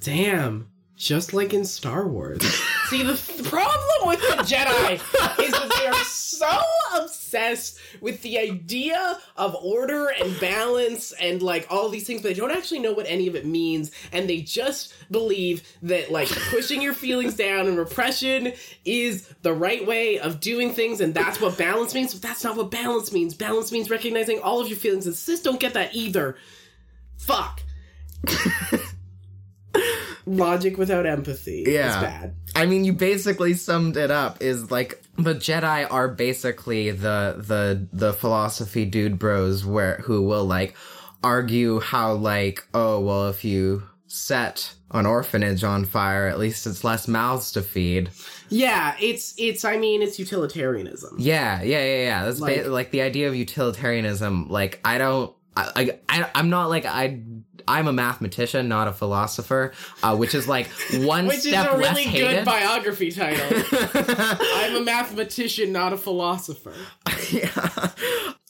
S1: Damn. Just like in Star Wars. See, the, the problem with the Jedi is that they are so obsessed with the idea of order and balance and like all these things, but they don't actually know what any of it means. And they just believe that like pushing your feelings down and repression is the right way of doing things. And that's what balance means. But that's not what balance means. Balance means recognizing all of your feelings. And sis don't get that either. Fuck. Logic without empathy is
S2: Yeah.
S1: bad.
S2: I mean, you basically summed it up. Is like the Jedi are basically the the the philosophy dude bros where who will like argue how like oh well if you set an orphanage on fire, at least it's less mouths to feed.
S1: Yeah, it's it's. I mean, it's utilitarianism.
S2: Yeah, yeah, yeah, yeah. That's like,
S1: Like-
S2: like the idea of utilitarianism. Like I don't, I, I, I- I'm not like I. I'm a mathematician, not a philosopher, uh, which is like one
S1: Which is
S2: step
S1: a
S2: less
S1: really good
S2: hated.
S1: biography title. I'm a mathematician, not a philosopher.
S2: Yeah.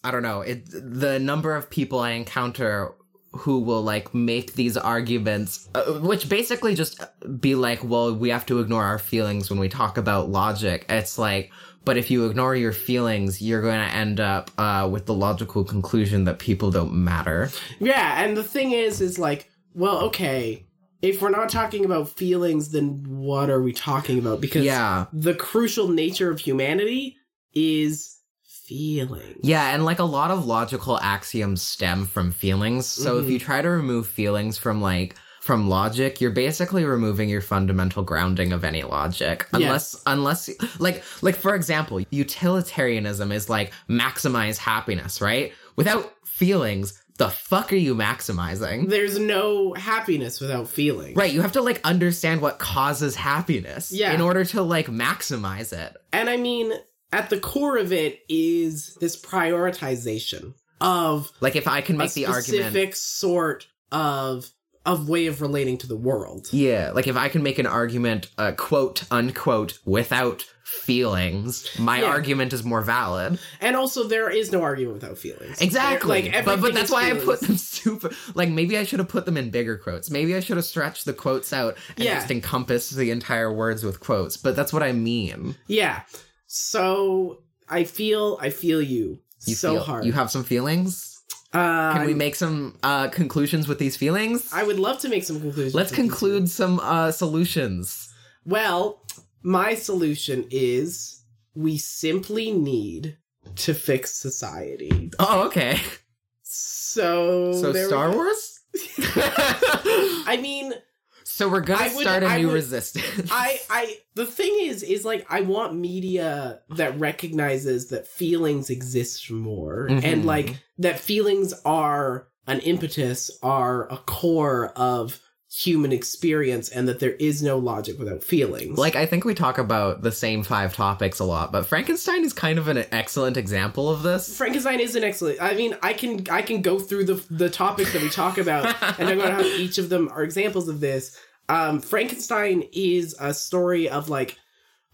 S2: I don't know. It the number of people I encounter who will like make these arguments, uh, which basically just be like, well, we have to ignore our feelings when we talk about logic. It's like, but if you ignore your feelings, you're going to end up uh, with the logical conclusion that people don't matter.
S1: Yeah, and the thing is, is like, well, okay, if we're not talking about feelings, then what are we talking about? Because
S2: Yeah.
S1: the crucial nature of humanity is feeling.
S2: Yeah, and like a lot of logical axioms stem from feelings. So if
S1: Mhm.
S2: you try to remove feelings from like from logic, you're basically removing your fundamental grounding of any logic. Unless unless like like for example, utilitarianism is like maximize happiness, right? Without feelings, the fuck are you maximizing?
S1: There's no happiness without feeling.
S2: Right, you have to like understand what causes happiness
S1: Yeah.
S2: in order to like maximize it.
S1: And I mean, at the core of it is this prioritization of
S2: Like if I can
S1: a
S2: make the argument
S1: specific sort of of way of relating to the world.
S2: Yeah, like if I can make an argument, uh, quote unquote, without feelings, my
S1: Yeah.
S2: argument is more valid.
S1: And also, there is no argument without feelings.
S2: Exactly.
S1: There-
S2: but,
S1: everything
S2: but that's
S1: is
S2: why I put
S1: feelings.
S2: them super. Like maybe I should have put them in bigger quotes. Maybe I should have stretched the quotes out and
S1: Yeah.
S2: just encompassed the entire words with quotes. But that's what I mean.
S1: Yeah. So I feel I feel you,
S2: You
S1: so
S2: feel-
S1: hard.
S2: You have some feelings.
S1: uh,
S2: Can we make some uh, conclusions with these feelings?
S1: I would love to make some conclusions.
S2: Let's conclude some uh, solutions.
S1: Well, my solution is we simply need to fix society.
S2: Oh, okay.
S1: So
S2: so
S1: Oh, there we
S2: Star
S1: go.
S2: Wars.
S1: I mean,
S2: So we're gonna
S1: I would-
S2: start a
S1: I
S2: new
S1: would-
S2: resistance.
S1: I I the thing is is like I want media that recognizes that feelings exist more
S2: Mhm.
S1: and like that feelings are an impetus are a core of human experience and that there is no logic without feelings.
S2: like I think we talk about the same five topics a lot, but Frankenstein is kind of an excellent example of this.
S1: Frankenstein is an excellent. I mean, I can I can go through the the topics that we talk about, and I'm going to have each of them are examples of this. Um, Frankenstein is a story of like,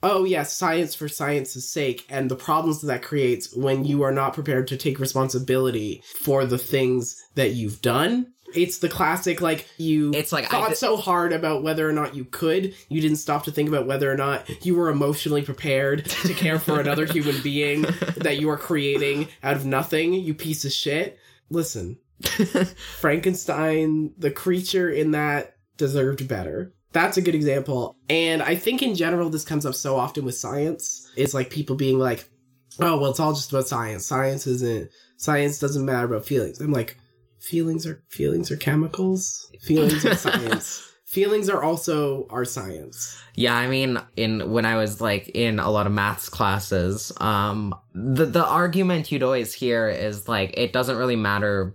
S1: oh yeah, science for science's sake, and the problems that that creates when you are not prepared to take responsibility for the things that you've done. It's the classic like you
S2: It's like I
S1: thought
S2: did-
S1: so hard about whether or not you could. You didn't stop to think about whether or not you were emotionally prepared to care for another human being that you are creating out of nothing, you piece of shit. Listen, Frankenstein, the creature in that deserved better. That's a good example. And I think in general, this comes up so often with science. It's like people being like, oh, well, it's all just about science. Science isn't, science doesn't matter about feelings. I'm like, feelings are feelings are chemicals feelings are science feelings are also our science
S2: yeah, I mean, in when I was like in a lot of maths classes, um, the the argument you'd always hear is like it doesn't really matter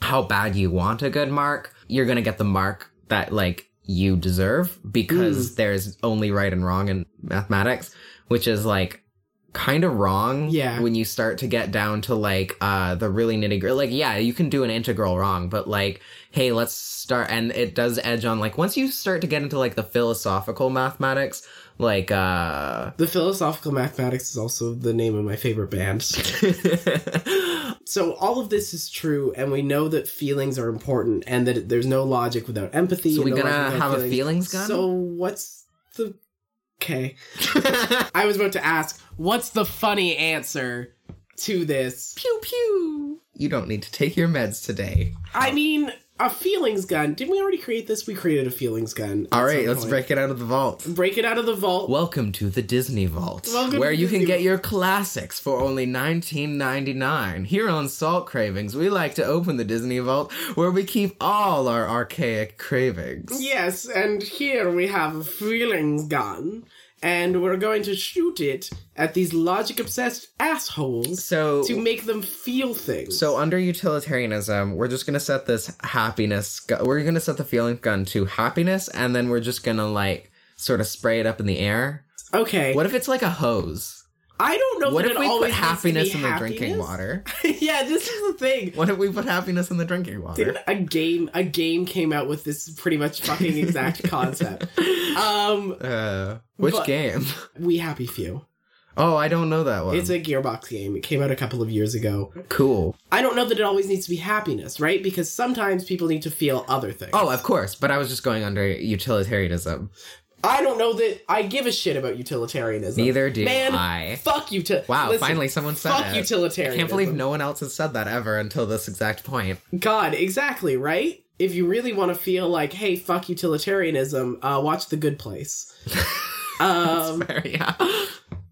S2: how bad you want a good mark, you're gonna get the mark that like you deserve
S1: Mm.
S2: because there's only right and wrong in mathematics, which is like kind of wrong
S1: Yeah.
S2: when you start to get down to like uh the really nitty gritty like yeah you can do an integral wrong but like hey let's start and it does edge on like once you start to get into like the philosophical mathematics like uh
S1: the philosophical mathematics is also the name of my favorite band so all of this is true and we know that feelings are important and that there's no logic without empathy
S2: So
S1: and
S2: we
S1: no
S2: gonna
S1: logic without
S2: have a feelings gun?
S1: so what's the okay i was about to ask what's the funny answer to this
S2: pew pew you don't need to take your meds today
S1: i mean a feelings gun didn't we already create this we created a feelings gun at
S2: all right
S1: some
S2: let's
S1: point.
S2: break it out of the vault
S1: break it out of the vault
S2: Welcome to the Disney Vault,
S1: Welcome
S2: where
S1: to
S2: you
S1: Disney
S2: can get your classics for only $19.99. Here on Salt Cravings, we like to open the Disney Vault where we keep all our archaic cravings.
S1: Yes, and here we have a feelings gun. and we're going to shoot it at these logic obsessed assholes
S2: So
S1: to make them feel things.
S2: So under utilitarianism, we're just gonna set this happiness. Gu- we're gonna set the feeling gun to happiness, and then we're just gonna like sort of spray it up in the air.
S1: okay,
S2: What if it's like a hose?
S1: I don't know.
S2: What
S1: that
S2: if
S1: it
S2: we put
S1: always needs to
S2: happiness
S1: be
S2: in the drinking
S1: happiness.
S2: water?
S1: yeah, this is the thing.
S2: What if we put happiness in the drinking water?
S1: Didn't a game a game came out with this pretty much fucking exact concept. Um,
S2: Uh, which
S1: But-
S2: game?
S1: We Happy Few.
S2: Oh, I don't know that one.
S1: It's a Gearbox game. It came out a couple of years ago.
S2: cool.
S1: I don't know that it always needs to be happiness, right? Because sometimes people need to feel other things.
S2: Oh, of course. But I was just going under utilitarianism.
S1: I don't know that I give a shit about utilitarianism.
S2: Neither do
S1: Man,
S2: I.
S1: Fuck you.
S2: Wow, finally someone said
S1: fuck
S2: it. I
S1: utilitarianism.
S2: can't believe no one else has said that ever until this exact point.
S1: God, exactly right. If you really want to feel like, hey, fuck utilitarianism, uh, watch The Good Place. um,
S2: Fair, yeah.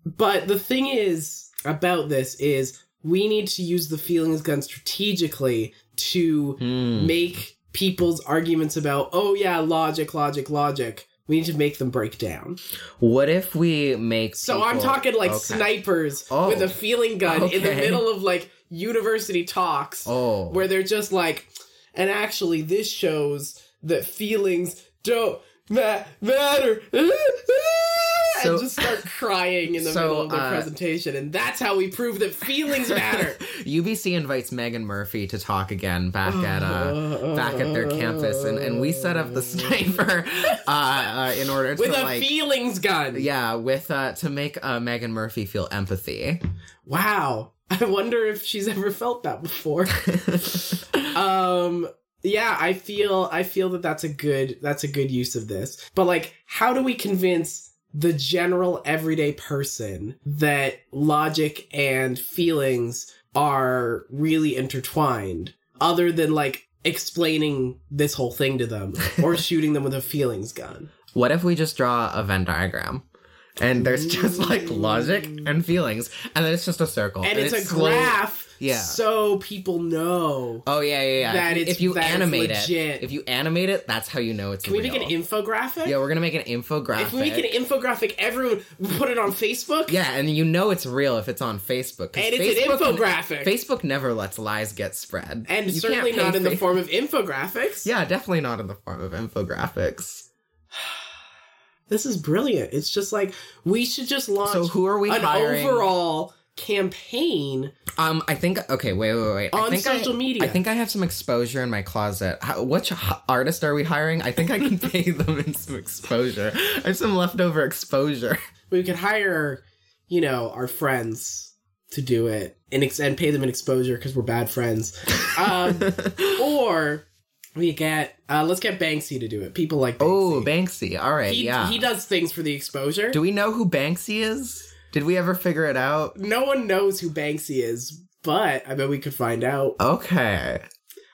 S1: But the thing is about this is we need to use the feelings gun strategically to
S2: Hmm.
S1: make people's arguments about oh yeah logic logic logic we need to make them break down
S2: What if we make
S1: so
S2: people-
S1: i'm talking like
S2: okay.
S1: snipers
S2: Oh.
S1: with a feeling gun in the
S2: Okay.
S1: middle of like university talks
S2: Oh,
S1: where they're just like and actually this shows that feelings don't ma- matter
S2: So-
S1: and just start crying in the
S2: So,
S1: middle of the
S2: uh,
S1: presentation and that's how we prove that feelings matter
S2: UBC invites Megan Murphy to talk again back at uh, back at their campus, and, and we set up the sniper uh, uh, in order to
S1: with a
S2: like
S1: feelings gun
S2: yeah with uh, to make uh, Megan Murphy feel empathy.
S1: wow i wonder if she's ever felt that before um yeah i feel i feel that that's a good that's a good use of this but like how do we convince the general everyday person that logic and feelings are really intertwined other than like explaining this whole thing to them or shooting them with a feelings gun
S2: what if we just draw a Venn diagram? And there's just like logic and feelings, and then it's just a circle,
S1: and it's, a
S2: slowly-
S1: graph
S2: Oh, Yeah.
S1: so people know
S2: Oh yeah, yeah, yeah.
S1: That it's-
S2: if you
S1: that it's
S2: animate
S1: legit.
S2: it, if you animate it, that's how you know it's
S1: can we
S2: real.
S1: make an infographic
S2: Yeah, we're gonna make an infographic.
S1: if we make an infographic everyone put it on facebook
S2: yeah, and you know it's real if it's on Facebook. 'cause
S1: and it's
S2: Facebook
S1: an infographic
S2: Facebook never lets lies get spread,
S1: and
S2: You can't
S1: certainly
S2: pay
S1: not in the
S2: Fa-
S1: form of infographics.
S2: Yeah, definitely not in the form of infographics.
S1: this is brilliant. It's just like we should just launch
S2: So who are we
S1: an
S2: hiring?
S1: overall campaign
S2: um, I think. Okay, wait, wait, wait. I
S1: on
S2: think
S1: social
S2: I,
S1: media.
S2: I think I have some exposure in my closet. How, which h- artist are we hiring? I think I can pay them in some exposure. I have some leftover exposure.
S1: we could hire, you know, our friends to do it and ex- and pay them an exposure because we're bad friends, um, or we get uh, let's get Banksy to do it. People like Banksy.
S2: oh, Banksy. All right,
S1: he,
S2: yeah.
S1: he does things for the exposure.
S2: Do we know who Banksy is? Did we ever figure it out?
S1: no one knows who Banksy is, but I bet we could find out.
S2: Okay.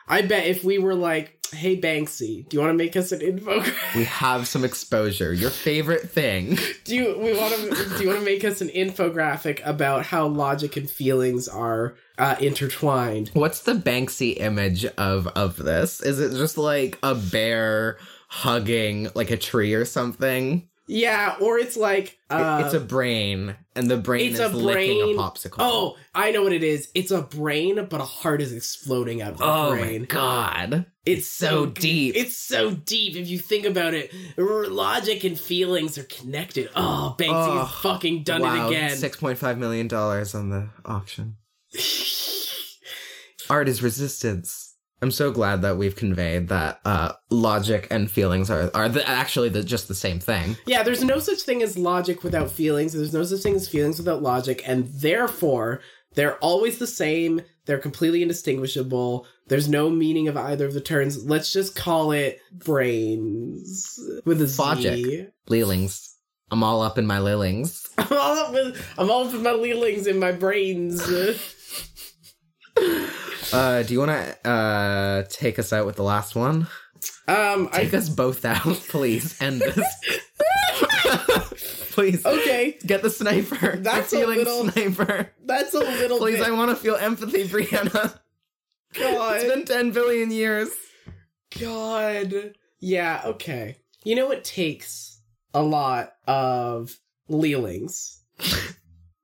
S1: I bet if we were like, hey Banksy, do you want to make us an infographic?
S2: We have some exposure. Your favorite thing.
S1: Do you we want to do you want to make us an infographic about how logic and feelings are uh, intertwined?
S2: What's the Banksy image of of this? Is it just like a bear hugging like a tree or something?
S1: Yeah, or it's like
S2: It-
S1: uh,
S2: it's a brain, and the brain
S1: it's
S2: is
S1: a
S2: licking a
S1: brain.
S2: popsicle.
S1: oh, I know what it is. It's a brain, but a heart is exploding out of the
S2: oh
S1: brain.
S2: my god!
S1: It's
S2: so
S1: good.
S2: deep.
S1: It's so deep. If you think about it, r- logic and feelings are connected. Oh, Banksy's
S2: Oh,
S1: fucking done
S2: wow,
S1: it again.
S2: Six point five million dollars on the auction. Art is resistance. I'm so glad that we've conveyed that uh, logic and feelings are are the, actually the, just the same thing.
S1: Yeah, there's no such thing as logic without feelings. There's no such thing as feelings without logic, and therefore they're always the same. They're completely indistinguishable. There's no meaning of either of the terms. Let's just call it brains with a Z.
S2: Logic. Lilings. I'm all up in my lilings.
S1: I'm all up with I'm all up with my leelings in my brains.
S2: Uh, do you want to uh, take us out with the last one?
S1: um, I
S2: Take us both out, please. End this. please.
S1: okay.
S2: Get the sniper.
S1: That's
S2: the
S1: a
S2: feeling
S1: little-
S2: sniper.
S1: That's a little
S2: Please, I
S1: bit.
S2: want to feel empathy, Brianna.
S1: God.
S2: It's been 10 billion years.
S1: God. Yeah. Okay. You know it takes a lot of Leelings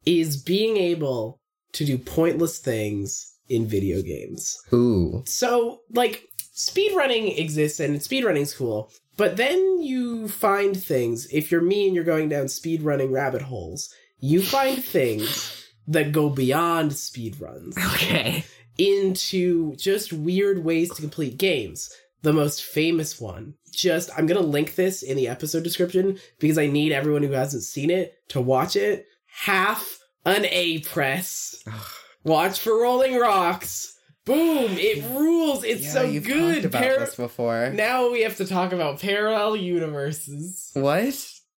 S1: is being able to do pointless things in video games.
S2: Ooh.
S1: So, like, speedrunning exists and speedrunning's cool, but then you find things. If you're me and you're going down speedrunning rabbit holes, you find things that go beyond speedruns
S2: Okay.
S1: into just weird ways to complete games. The most famous one, just I'm gonna link this in the episode description because I need everyone who hasn't seen it to watch it. Half an A press.
S2: Ugh.
S1: Watch for rolling rocks. Boom! It rules. It's
S2: Yeah,
S1: so
S2: you've
S1: good.
S2: talked about
S1: Par-
S2: this before.
S1: Now we have to talk about parallel universes.
S2: What?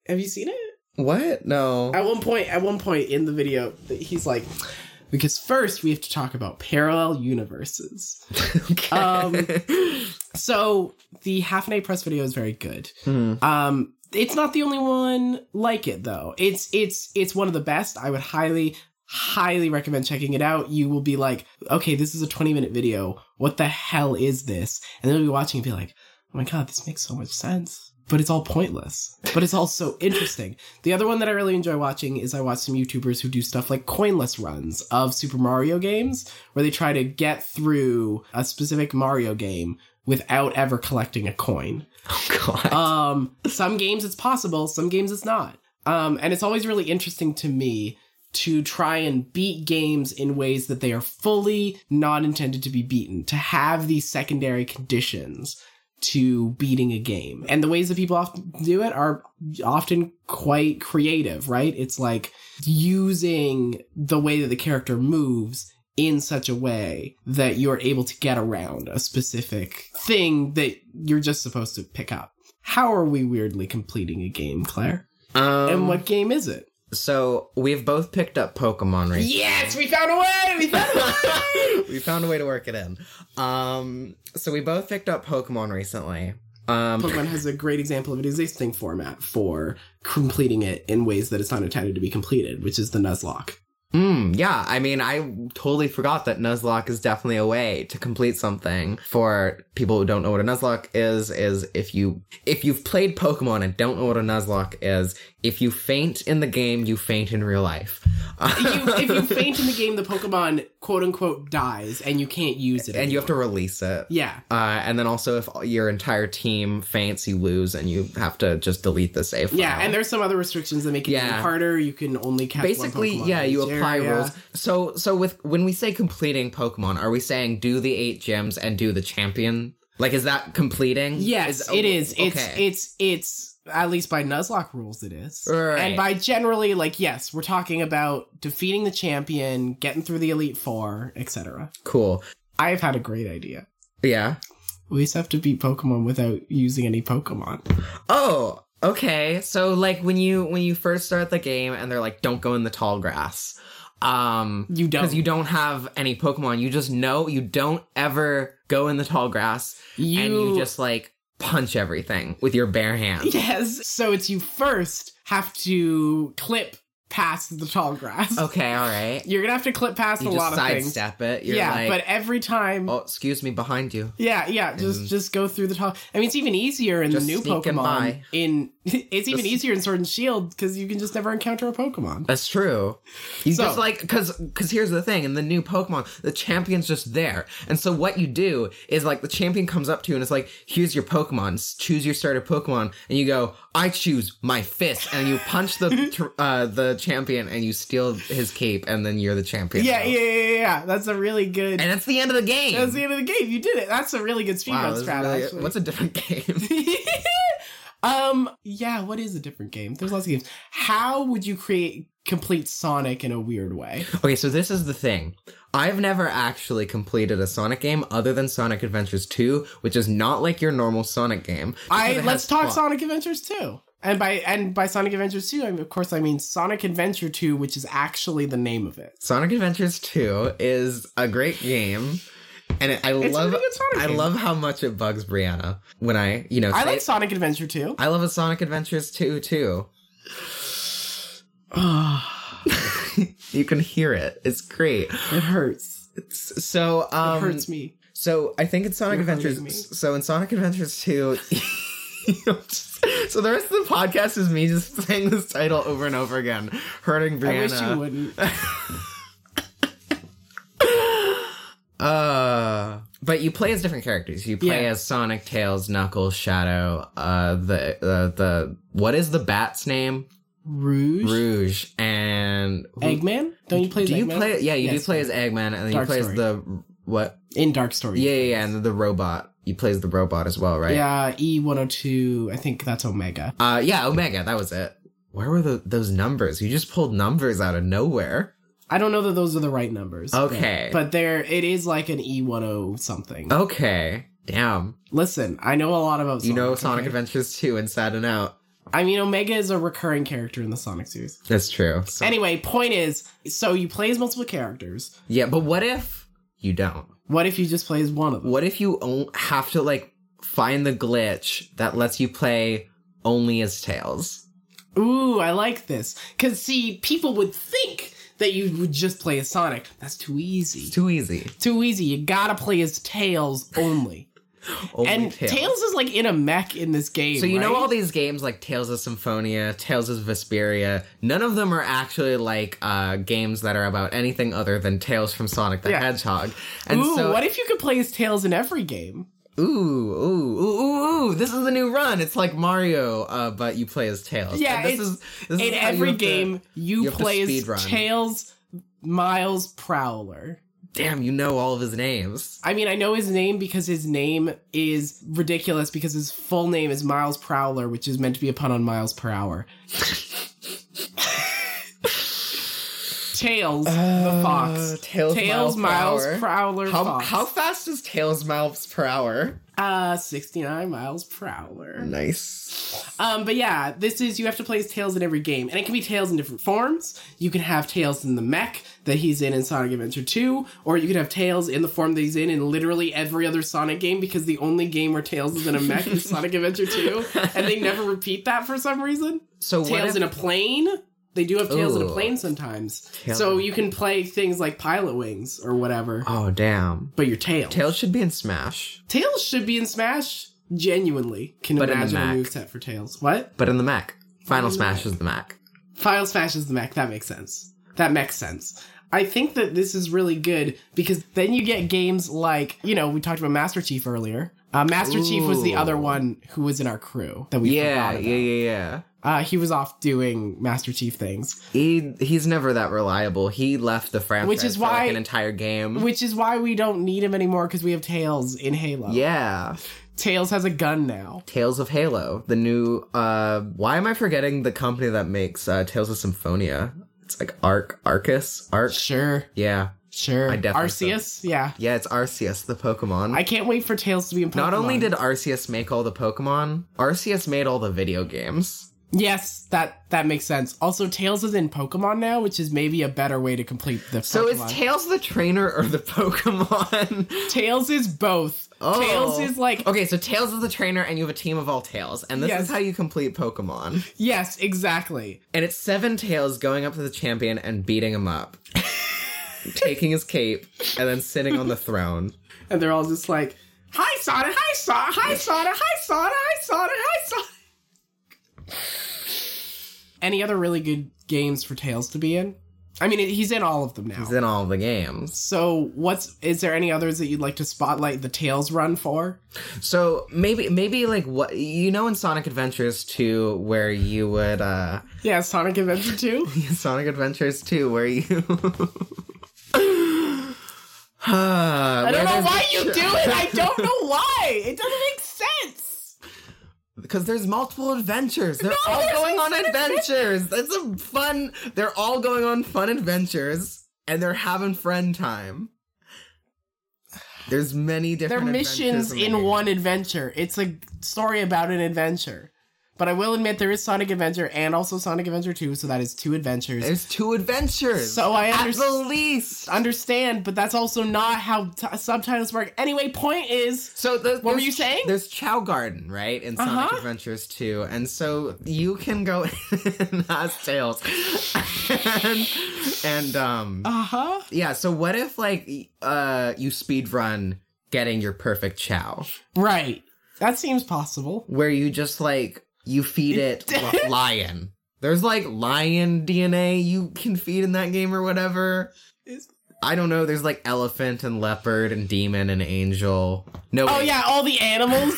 S1: Have you seen it?
S2: What? No.
S1: At one point, at one point in the video, th- he's like, because first we have to talk about parallel universes.
S2: okay.
S1: um, So the half an eight press video is very good.
S2: Hmm.
S1: Um, it's not the only one like it though. It's it's it's one of the best. I would highly highly recommend checking it out. You will be like, okay, this is a twenty minute video. What the hell is this? And then you'll be watching and be like, oh my god, this makes so much sense. But it's all pointless. But it's also interesting. The other one that I really enjoy watching is I watch some YouTubers who do stuff like coinless runs of Super Mario games, where they try to get through a specific Mario game without ever collecting a coin.
S2: Oh God.
S1: Um, some games it's possible, some games it's not. Um, and it's always really interesting to me to try and beat games in ways that they are fully not intended to be beaten, to have these secondary conditions to beating a game. And the ways that people often do it are often quite creative, right? It's like using the way that the character moves in such a way that you're able to get around a specific thing that you're just supposed to pick up. How are we weirdly completing a game, Claire?
S2: Um,
S1: and what game is it?
S2: So we've both picked up Pokemon recently.
S1: Yes, we found a way! We found
S2: we found a way to work it in. Um, so we both picked up Pokemon recently. Um,
S1: Pokemon has a great example of an existing format for completing it in ways that it's not intended to be completed, which is the Nuzlocke.
S2: mm, yeah, I mean, I totally forgot that Nuzlocke is definitely a way to complete something. For people who don't know what a Nuzlocke is, is if you if you've played Pokemon and don't know what a Nuzlocke is, if you faint in the game, you faint in real life.
S1: You, if you faint in the game, the Pokemon quote unquote dies and you can't use it.
S2: and you have to release it.
S1: Yeah.
S2: Uh, and then also, if your entire team faints, you lose, and you have to just delete the save.
S1: Yeah,
S2: file.
S1: and there's some other restrictions that make it even
S2: Yeah.
S1: harder. You can only catch
S2: basically,
S1: one Pokemon
S2: yeah,
S1: in
S2: you
S1: each
S2: apply
S1: area.
S2: rules. So, so with when we say completing Pokemon, are we saying do the eight gyms and do the champion? Like, is that completing?
S1: Yes,
S2: oh,
S1: it is. It's
S2: okay.
S1: it's it's at least by Nuzlocke rules, it is.
S2: Right.
S1: And by generally, like yes, we're talking about defeating the champion, getting through the elite four, etc.
S2: cool.
S1: I have had a great idea.
S2: Yeah.
S1: We just have to beat Pokemon without using any Pokemon.
S2: Oh, okay. So, like, when you when you first start the game, and they're like, "Don't go in the tall grass," um,
S1: You don't.
S2: because
S1: You,
S2: you don't have any Pokemon. You just know you don't ever go in the tall grass, and you just like punch everything with your bare hand.
S1: yes. So it's you first have to clip past the tall grass.
S2: Okay, all right.
S1: You're gonna have to clip past
S2: Oh. You
S1: a
S2: just
S1: lot of things.
S2: sidestep it. You're
S1: yeah,
S2: like,
S1: but every time
S2: Oh, excuse me, behind you.
S1: Yeah, yeah. Just
S2: And-
S1: just go through the top. I mean, it's even easier in
S2: Just
S1: the new
S2: sneaking
S1: Pokemon.
S2: by.
S1: In it's even
S2: Just-
S1: easier in Sword and Shield because you can just never encounter a Pokemon.
S2: That's true. You
S1: So-
S2: just like because because here's the thing in the new Pokemon, the champion's just there, and so what you do is like the champion comes up to you and it's like, here's your Pokemon, S- choose your starter Pokemon, and you go, I choose my fist, and you punch the tr- uh, the champion and you steal his cape, and then you're the champion.
S1: Yeah,
S2: now.
S1: yeah, yeah, yeah, yeah. That's a really good.
S2: And that's the end of the game.
S1: That's the end of the game. You did it. That's a really good speedrun
S2: Wow, this is
S1: strat.
S2: really-
S1: actually.
S2: what's a different game?
S1: um. Yeah. What is a different game? There's lots of games. How would you create complete Sonic in a weird way?
S2: Okay, so this is the thing. I've never actually completed a Sonic game other than Sonic Adventures 2, which is not like your normal Sonic game.
S1: I
S2: because it
S1: let's
S2: has
S1: talk
S2: plot.
S1: Sonic Adventures 2. And by and by Sonic Adventures 2, I mean, of course I mean Sonic Adventure 2, which is actually the name of it.
S2: Sonic Adventures 2 is a great game, and it, I
S1: It's a
S2: love
S1: really good Sonic
S2: I
S1: game.
S2: love how much it bugs Brianna when I, you know,
S1: I
S2: say-
S1: like Sonic Adventure 2.
S2: I love a Sonic Adventures 2 too.
S1: it
S2: you can hear it. It's great.
S1: hurts.
S2: It's, so
S1: It
S2: um
S1: hurts me.
S2: So I think in Sonic
S1: You're hurting
S2: Adventures. So in Sonic Adventures 2, I'm just- So the rest of the podcast is me just saying this title over and over again, hurting Brianna.
S1: I wish you wouldn't.
S2: Uh, but you play as different characters. You play
S1: Yeah.
S2: as Sonic, Tails, Knuckles, Shadow. Uh, the uh, the what is the bat's name?
S1: Rouge.
S2: Rouge and who-
S1: Eggman? Don't you play? as
S2: do you
S1: Eggman?
S2: play? Yeah, you
S1: Yes.
S2: do play as Eggman, and then you
S1: Dark
S2: play as
S1: Story.
S2: the what?
S1: in Dark Story?
S2: Yeah, yeah, yeah, and the robot. You play as the robot as well, right?
S1: Yeah, E one hundred two. I think that's Omega.
S2: Uh, yeah, Omega. That was it. Where were the, those numbers? You just pulled numbers out of nowhere.
S1: I don't know that those are the right numbers. but-
S2: Okay.
S1: but there it is like an E one hundred something.
S2: Okay. Damn.
S1: Listen, I know a lot about
S2: You know Sonic
S1: okay?
S2: Adventures 2 and Sad and Out.
S1: I mean, Omega is a recurring character in the Sonic series.
S2: That's true. So-
S1: Anyway, point is, so you play as multiple characters.
S2: yeah, but what if you don't?
S1: What if you just play as one of them?
S2: What if you o- have to like find the glitch that lets you play only as Tails?
S1: Ooh, I like this. Cause see, people would think that you would just play as Sonic. That's too easy.
S2: It's too easy.
S1: Too easy. You gotta play as Tails only.
S2: Only
S1: and Tails. is like in a mech in this game.
S2: So you know
S1: right?
S2: all these games like Tales of Symphonia, Tales of Vesperia, none of them are actually like uh, games that are about anything other than Tales from Sonic the
S1: Yeah.
S2: Hedgehog. And
S1: ooh,
S2: so
S1: what if you could play as Tails in every game?
S2: ooh, ooh, ooh, ooh, ooh, this is the new run. It's like Mario, uh, but you play as Tails.
S1: Yeah,
S2: And this
S1: it's-
S2: is this
S1: In
S2: is how Uh, you
S1: every
S2: have to-
S1: game, you,
S2: you have to
S1: play as
S2: speedrun.
S1: Tails, Miles, Prowler.
S2: damn, you know all of his names.
S1: I mean, I know his name because his name is ridiculous because his full name is Miles Prowler, which is meant to be a pun on miles per hour. Tails, the
S2: Uh,
S1: fox.
S2: Tails,
S1: Tails, Miles,
S2: per hour.
S1: Prowler,
S2: How,
S1: fox.
S2: how fast is Tails miles per hour?
S1: Uh, 69 miles per hour.
S2: Nice.
S1: Um, but yeah, this is, you have to play as Tails in every game. And it can be Tails in different forms. You can have Tails in the mech that he's in in Sonic Adventure 2, or you can have Tails in the form that he's in in literally every other Sonic game because the only game where Tails is in a mech is Sonic Adventure 2. And they never repeat that for some reason.
S2: So what
S1: Tails
S2: if-
S1: in a plane. They do have Tails in a
S2: Ooh.
S1: plane sometimes.
S2: Tails-
S1: So you can play things like Pilot Wings or whatever,
S2: Oh damn.
S1: but you're Tails.
S2: Tails should be in Smash.
S1: Tails should be in Smash. Genuinely, can
S2: But in the
S1: imagine a
S2: Mac.
S1: move set for Tails. What?
S2: but in the Mac. Final Smash is the Mac.
S1: File Smash is the mech. That makes sense. That makes sense. I think that this is really good because then you get games like, you know, we talked about Master Chief earlier. Uh, Master Chief was the
S2: Ooh.
S1: other one who was in our crew that we
S2: Yeah,
S1: forgot about.
S2: yeah, yeah, yeah.
S1: Uh, he was off doing Master Chief things,
S2: He he's never that reliable. He left the franchise
S1: Which is
S2: for, like,
S1: why-
S2: an entire game.
S1: which is why we don't need him anymore because we have Tails in Halo.
S2: yeah,
S1: Tails has a gun now.
S2: Tales of Halo, the new. uh Why am I forgetting the company that makes uh Tales of Symphonia? It's like Arc, Arcus, Arc.
S1: Sure,
S2: Yeah,
S1: sure.
S2: I definitely
S1: Arceus, yeah.
S2: yeah. It's Arceus, the Pokemon.
S1: I can't wait for Tails to be in Pokemon.
S2: Not only did Arceus make all the Pokemon, Arceus made all the video games.
S1: Yes, that that makes sense. Also, Tails is in Pokemon now, which is maybe a better way to complete the.
S2: So
S1: Pokemon.
S2: is Tails the trainer or the Pokemon?
S1: Tails is both.
S2: Oh.
S1: Tails is like
S2: Okay, so Tails is the trainer, and you have a team of all Tails, and this
S1: Yes.
S2: is how you complete Pokemon.
S1: yes, exactly.
S2: And it's seven Tails going up to the champion and beating him up, taking his cape, and then sitting on the throne.
S1: And they're all just like, "Hi Sonic, hi Sonic, hi Sonic, hi Sonic, hi Sonic, hi Sonic." Any other really good games for Tails to be in? I mean, he's in all of them now.
S2: He's in all the games.
S1: so, what's is there any others that you'd like to spotlight the Tails run for?
S2: So maybe, maybe like what you know in Sonic Adventures 2, where you would uh
S1: Yeah, Sonic Adventure Two.
S2: Sonic Adventures 2, where you. I
S1: I don't know why you do it. I don't know why. It doesn't make sense.
S2: Because there's multiple adventures. They're all
S1: there's
S2: going on
S1: not an
S2: adventures. That's a fun. They're all going on fun adventures, and they're having friend time. There's many
S1: They're
S2: different. adventures
S1: missions
S2: the
S1: in
S2: game.
S1: one adventure. It's a story about an adventure. But I will admit there is Sonic Adventure and also Sonic Adventure 2, so that is two adventures.
S2: There's two adventures.
S1: So I
S2: at
S1: underst-
S2: the least.
S1: Understand, but that's also not how t- subtitles work. Anyway, point is
S2: So the,
S1: What were
S2: there's-
S1: you saying?
S2: There's Chow Garden, right, in Sonic
S1: Uh-huh.
S2: Adventures 2, and so you can go in as Tails, and, and um,
S1: uh-huh.
S2: yeah. So what if like y- uh, you speed run getting your perfect Chow?
S1: Right. That seems possible.
S2: where you just like You feed it li- lion. There's like lion DNA you can feed in that game or whatever.
S1: Is-
S2: I don't know. There's like elephant and leopard and demon and angel. No.
S1: Oh
S2: wait.
S1: yeah, all the animals: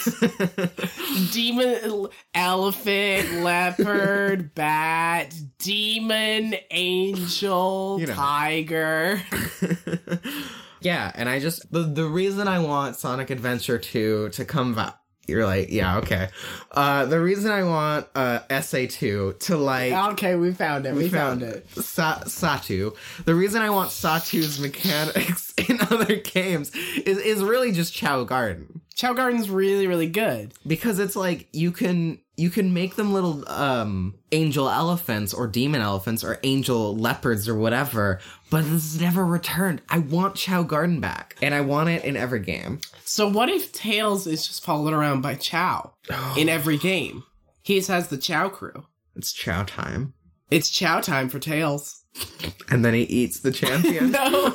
S1: demon, elephant, leopard, bat, demon, angel,
S2: You know.
S1: tiger.
S2: yeah, and I just the the reason I want Sonic Adventure 2 to come back. You're like, yeah, okay. Uh the reason I want uh SA2 to like
S1: Okay, we found it. We, found, it.
S2: Sa- Satu. The reason I want Satu's mechanics in other games is is really just Chow Garden
S1: Chow Garden's really, really good.
S2: because it's like you can you can make them little um angel elephants or demon elephants or angel leopards or whatever but this is never returned i want chow garden back and i want it in every game
S1: So what if Tails is just followed around by Chow in every game? He just has the Chow crew.
S2: it's chow time
S1: It's Chow time for Tails.
S2: and then he eats the champion
S1: No.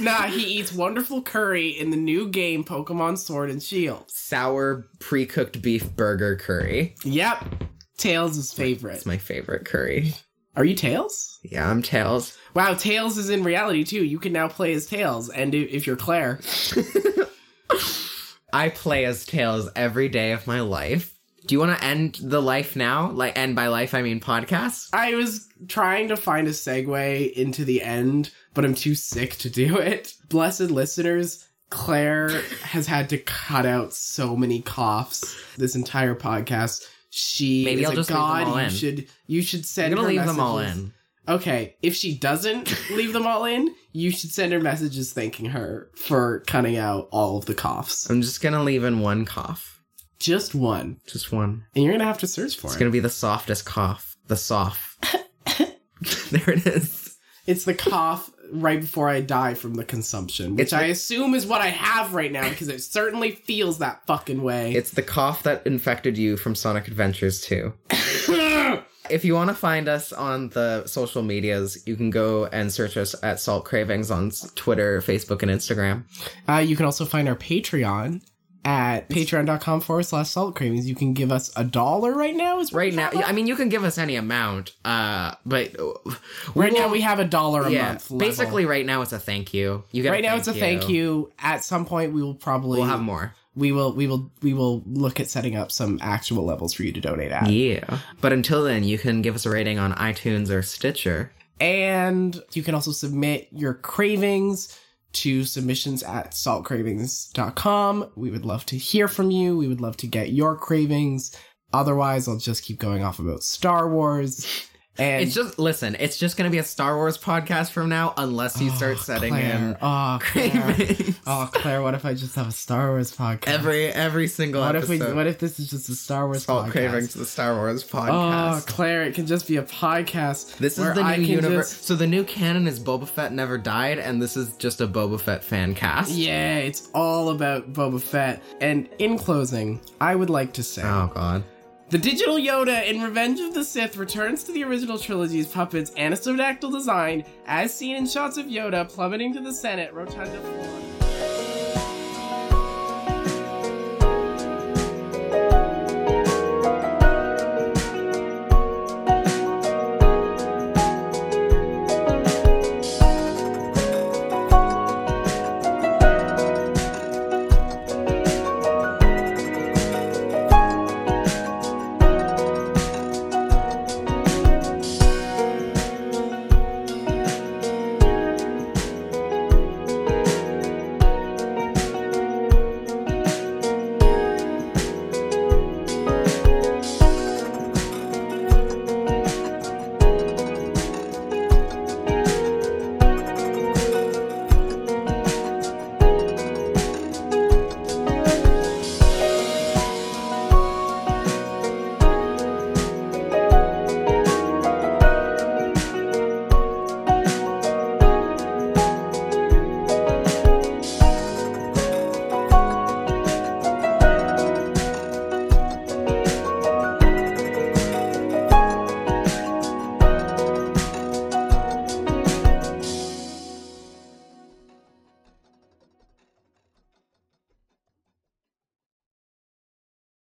S1: nah, he eats wonderful curry in the new game Pokemon Sword and Shield.
S2: sour pre-cooked beef burger curry
S1: Yep. Tails' is
S2: it's
S1: favorite.
S2: my favorite curry
S1: Are you Tails?
S2: yeah i'm tails
S1: Wow, Tails is in reality too. You can now play as Tails, and i- if you're Claire,
S2: i play as tails every day of my life do you want to end the life now like end by life i mean podcast
S1: I was trying to find a segue into the end, but I'm too sick to do it. Blessed listeners, Claire has had to cut out so many coughs this entire podcast. She
S2: Maybe
S1: is
S2: I'll
S1: a
S2: just leave them
S1: god.
S2: all
S1: you
S2: in.
S1: should you should
S2: i'm
S1: send.
S2: gonna
S1: her
S2: leave them all
S1: messages.
S2: in
S1: Okay, if she doesn't leave them all in, you should send her messages thanking her for cutting out all of the coughs.
S2: I'm just gonna leave in one cough.
S1: Just one,
S2: Just one.
S1: and you're gonna have to search for
S2: It's
S1: it.
S2: gonna be the softest cough. The soft. there it is.
S1: It's the cough right before I die from the consumption, which
S2: It's
S1: I assume is what I have right now because it certainly feels that fucking way.
S2: It's the cough that infected you from Sonic Adventures 2. If you want to find us on the social medias, you can go and search us at Salt Cravings on s- Twitter, Facebook, and Instagram.
S1: uh, you can also find our Patreon at patreon.com forward slash salt cravings. You can give us a dollar right now. Is what
S2: Right
S1: we
S2: now,
S1: have up?
S2: I mean, you can give us any amount, uh, but uh, we
S1: right now
S2: will-
S1: we have a dollar a
S2: yeah,
S1: month. level.
S2: basically, right now it's a thank you. You get
S1: right now it's a thank you. At some point we will probably
S2: We'll have more.
S1: we will we will we will look at setting up some actual levels for you to donate at.
S2: Yeah. But until then, you can give us a rating on iTunes or Stitcher.
S1: And you can also submit your cravings to submissions at saltcravings.com. We would love to hear from you. We would love to get your cravings. Otherwise, I'll just keep going off about Star Wars. And
S2: It's just, listen, it's just going to be a Star Wars podcast from now unless you start setting
S1: Ah, Claire,
S2: in
S1: oh, Claire.
S2: cravings.
S1: oh, Claire, what if I just have a Star Wars podcast?
S2: Every every single
S1: what if
S2: episode.
S1: we? What if this is just a Star Wars
S2: Salt
S1: podcast?
S2: cravings the Star Wars
S1: Oh,
S2: podcast.
S1: Claire, it can just be a podcast.
S2: this
S1: where
S2: is the
S1: I
S2: new
S1: can
S2: universe.
S1: just-
S2: So the new canon is Boba Fett never died, and this is just a Boba Fett fan cast.
S1: Yeah, it's all about Boba Fett. And in closing, I would like to say
S2: Oh god.
S1: the digital Yoda in Revenge of the Sith returns to the original trilogy's puppet's anisodactyl design, as seen in shots of Yoda plummeting to the Senate rotunda floor.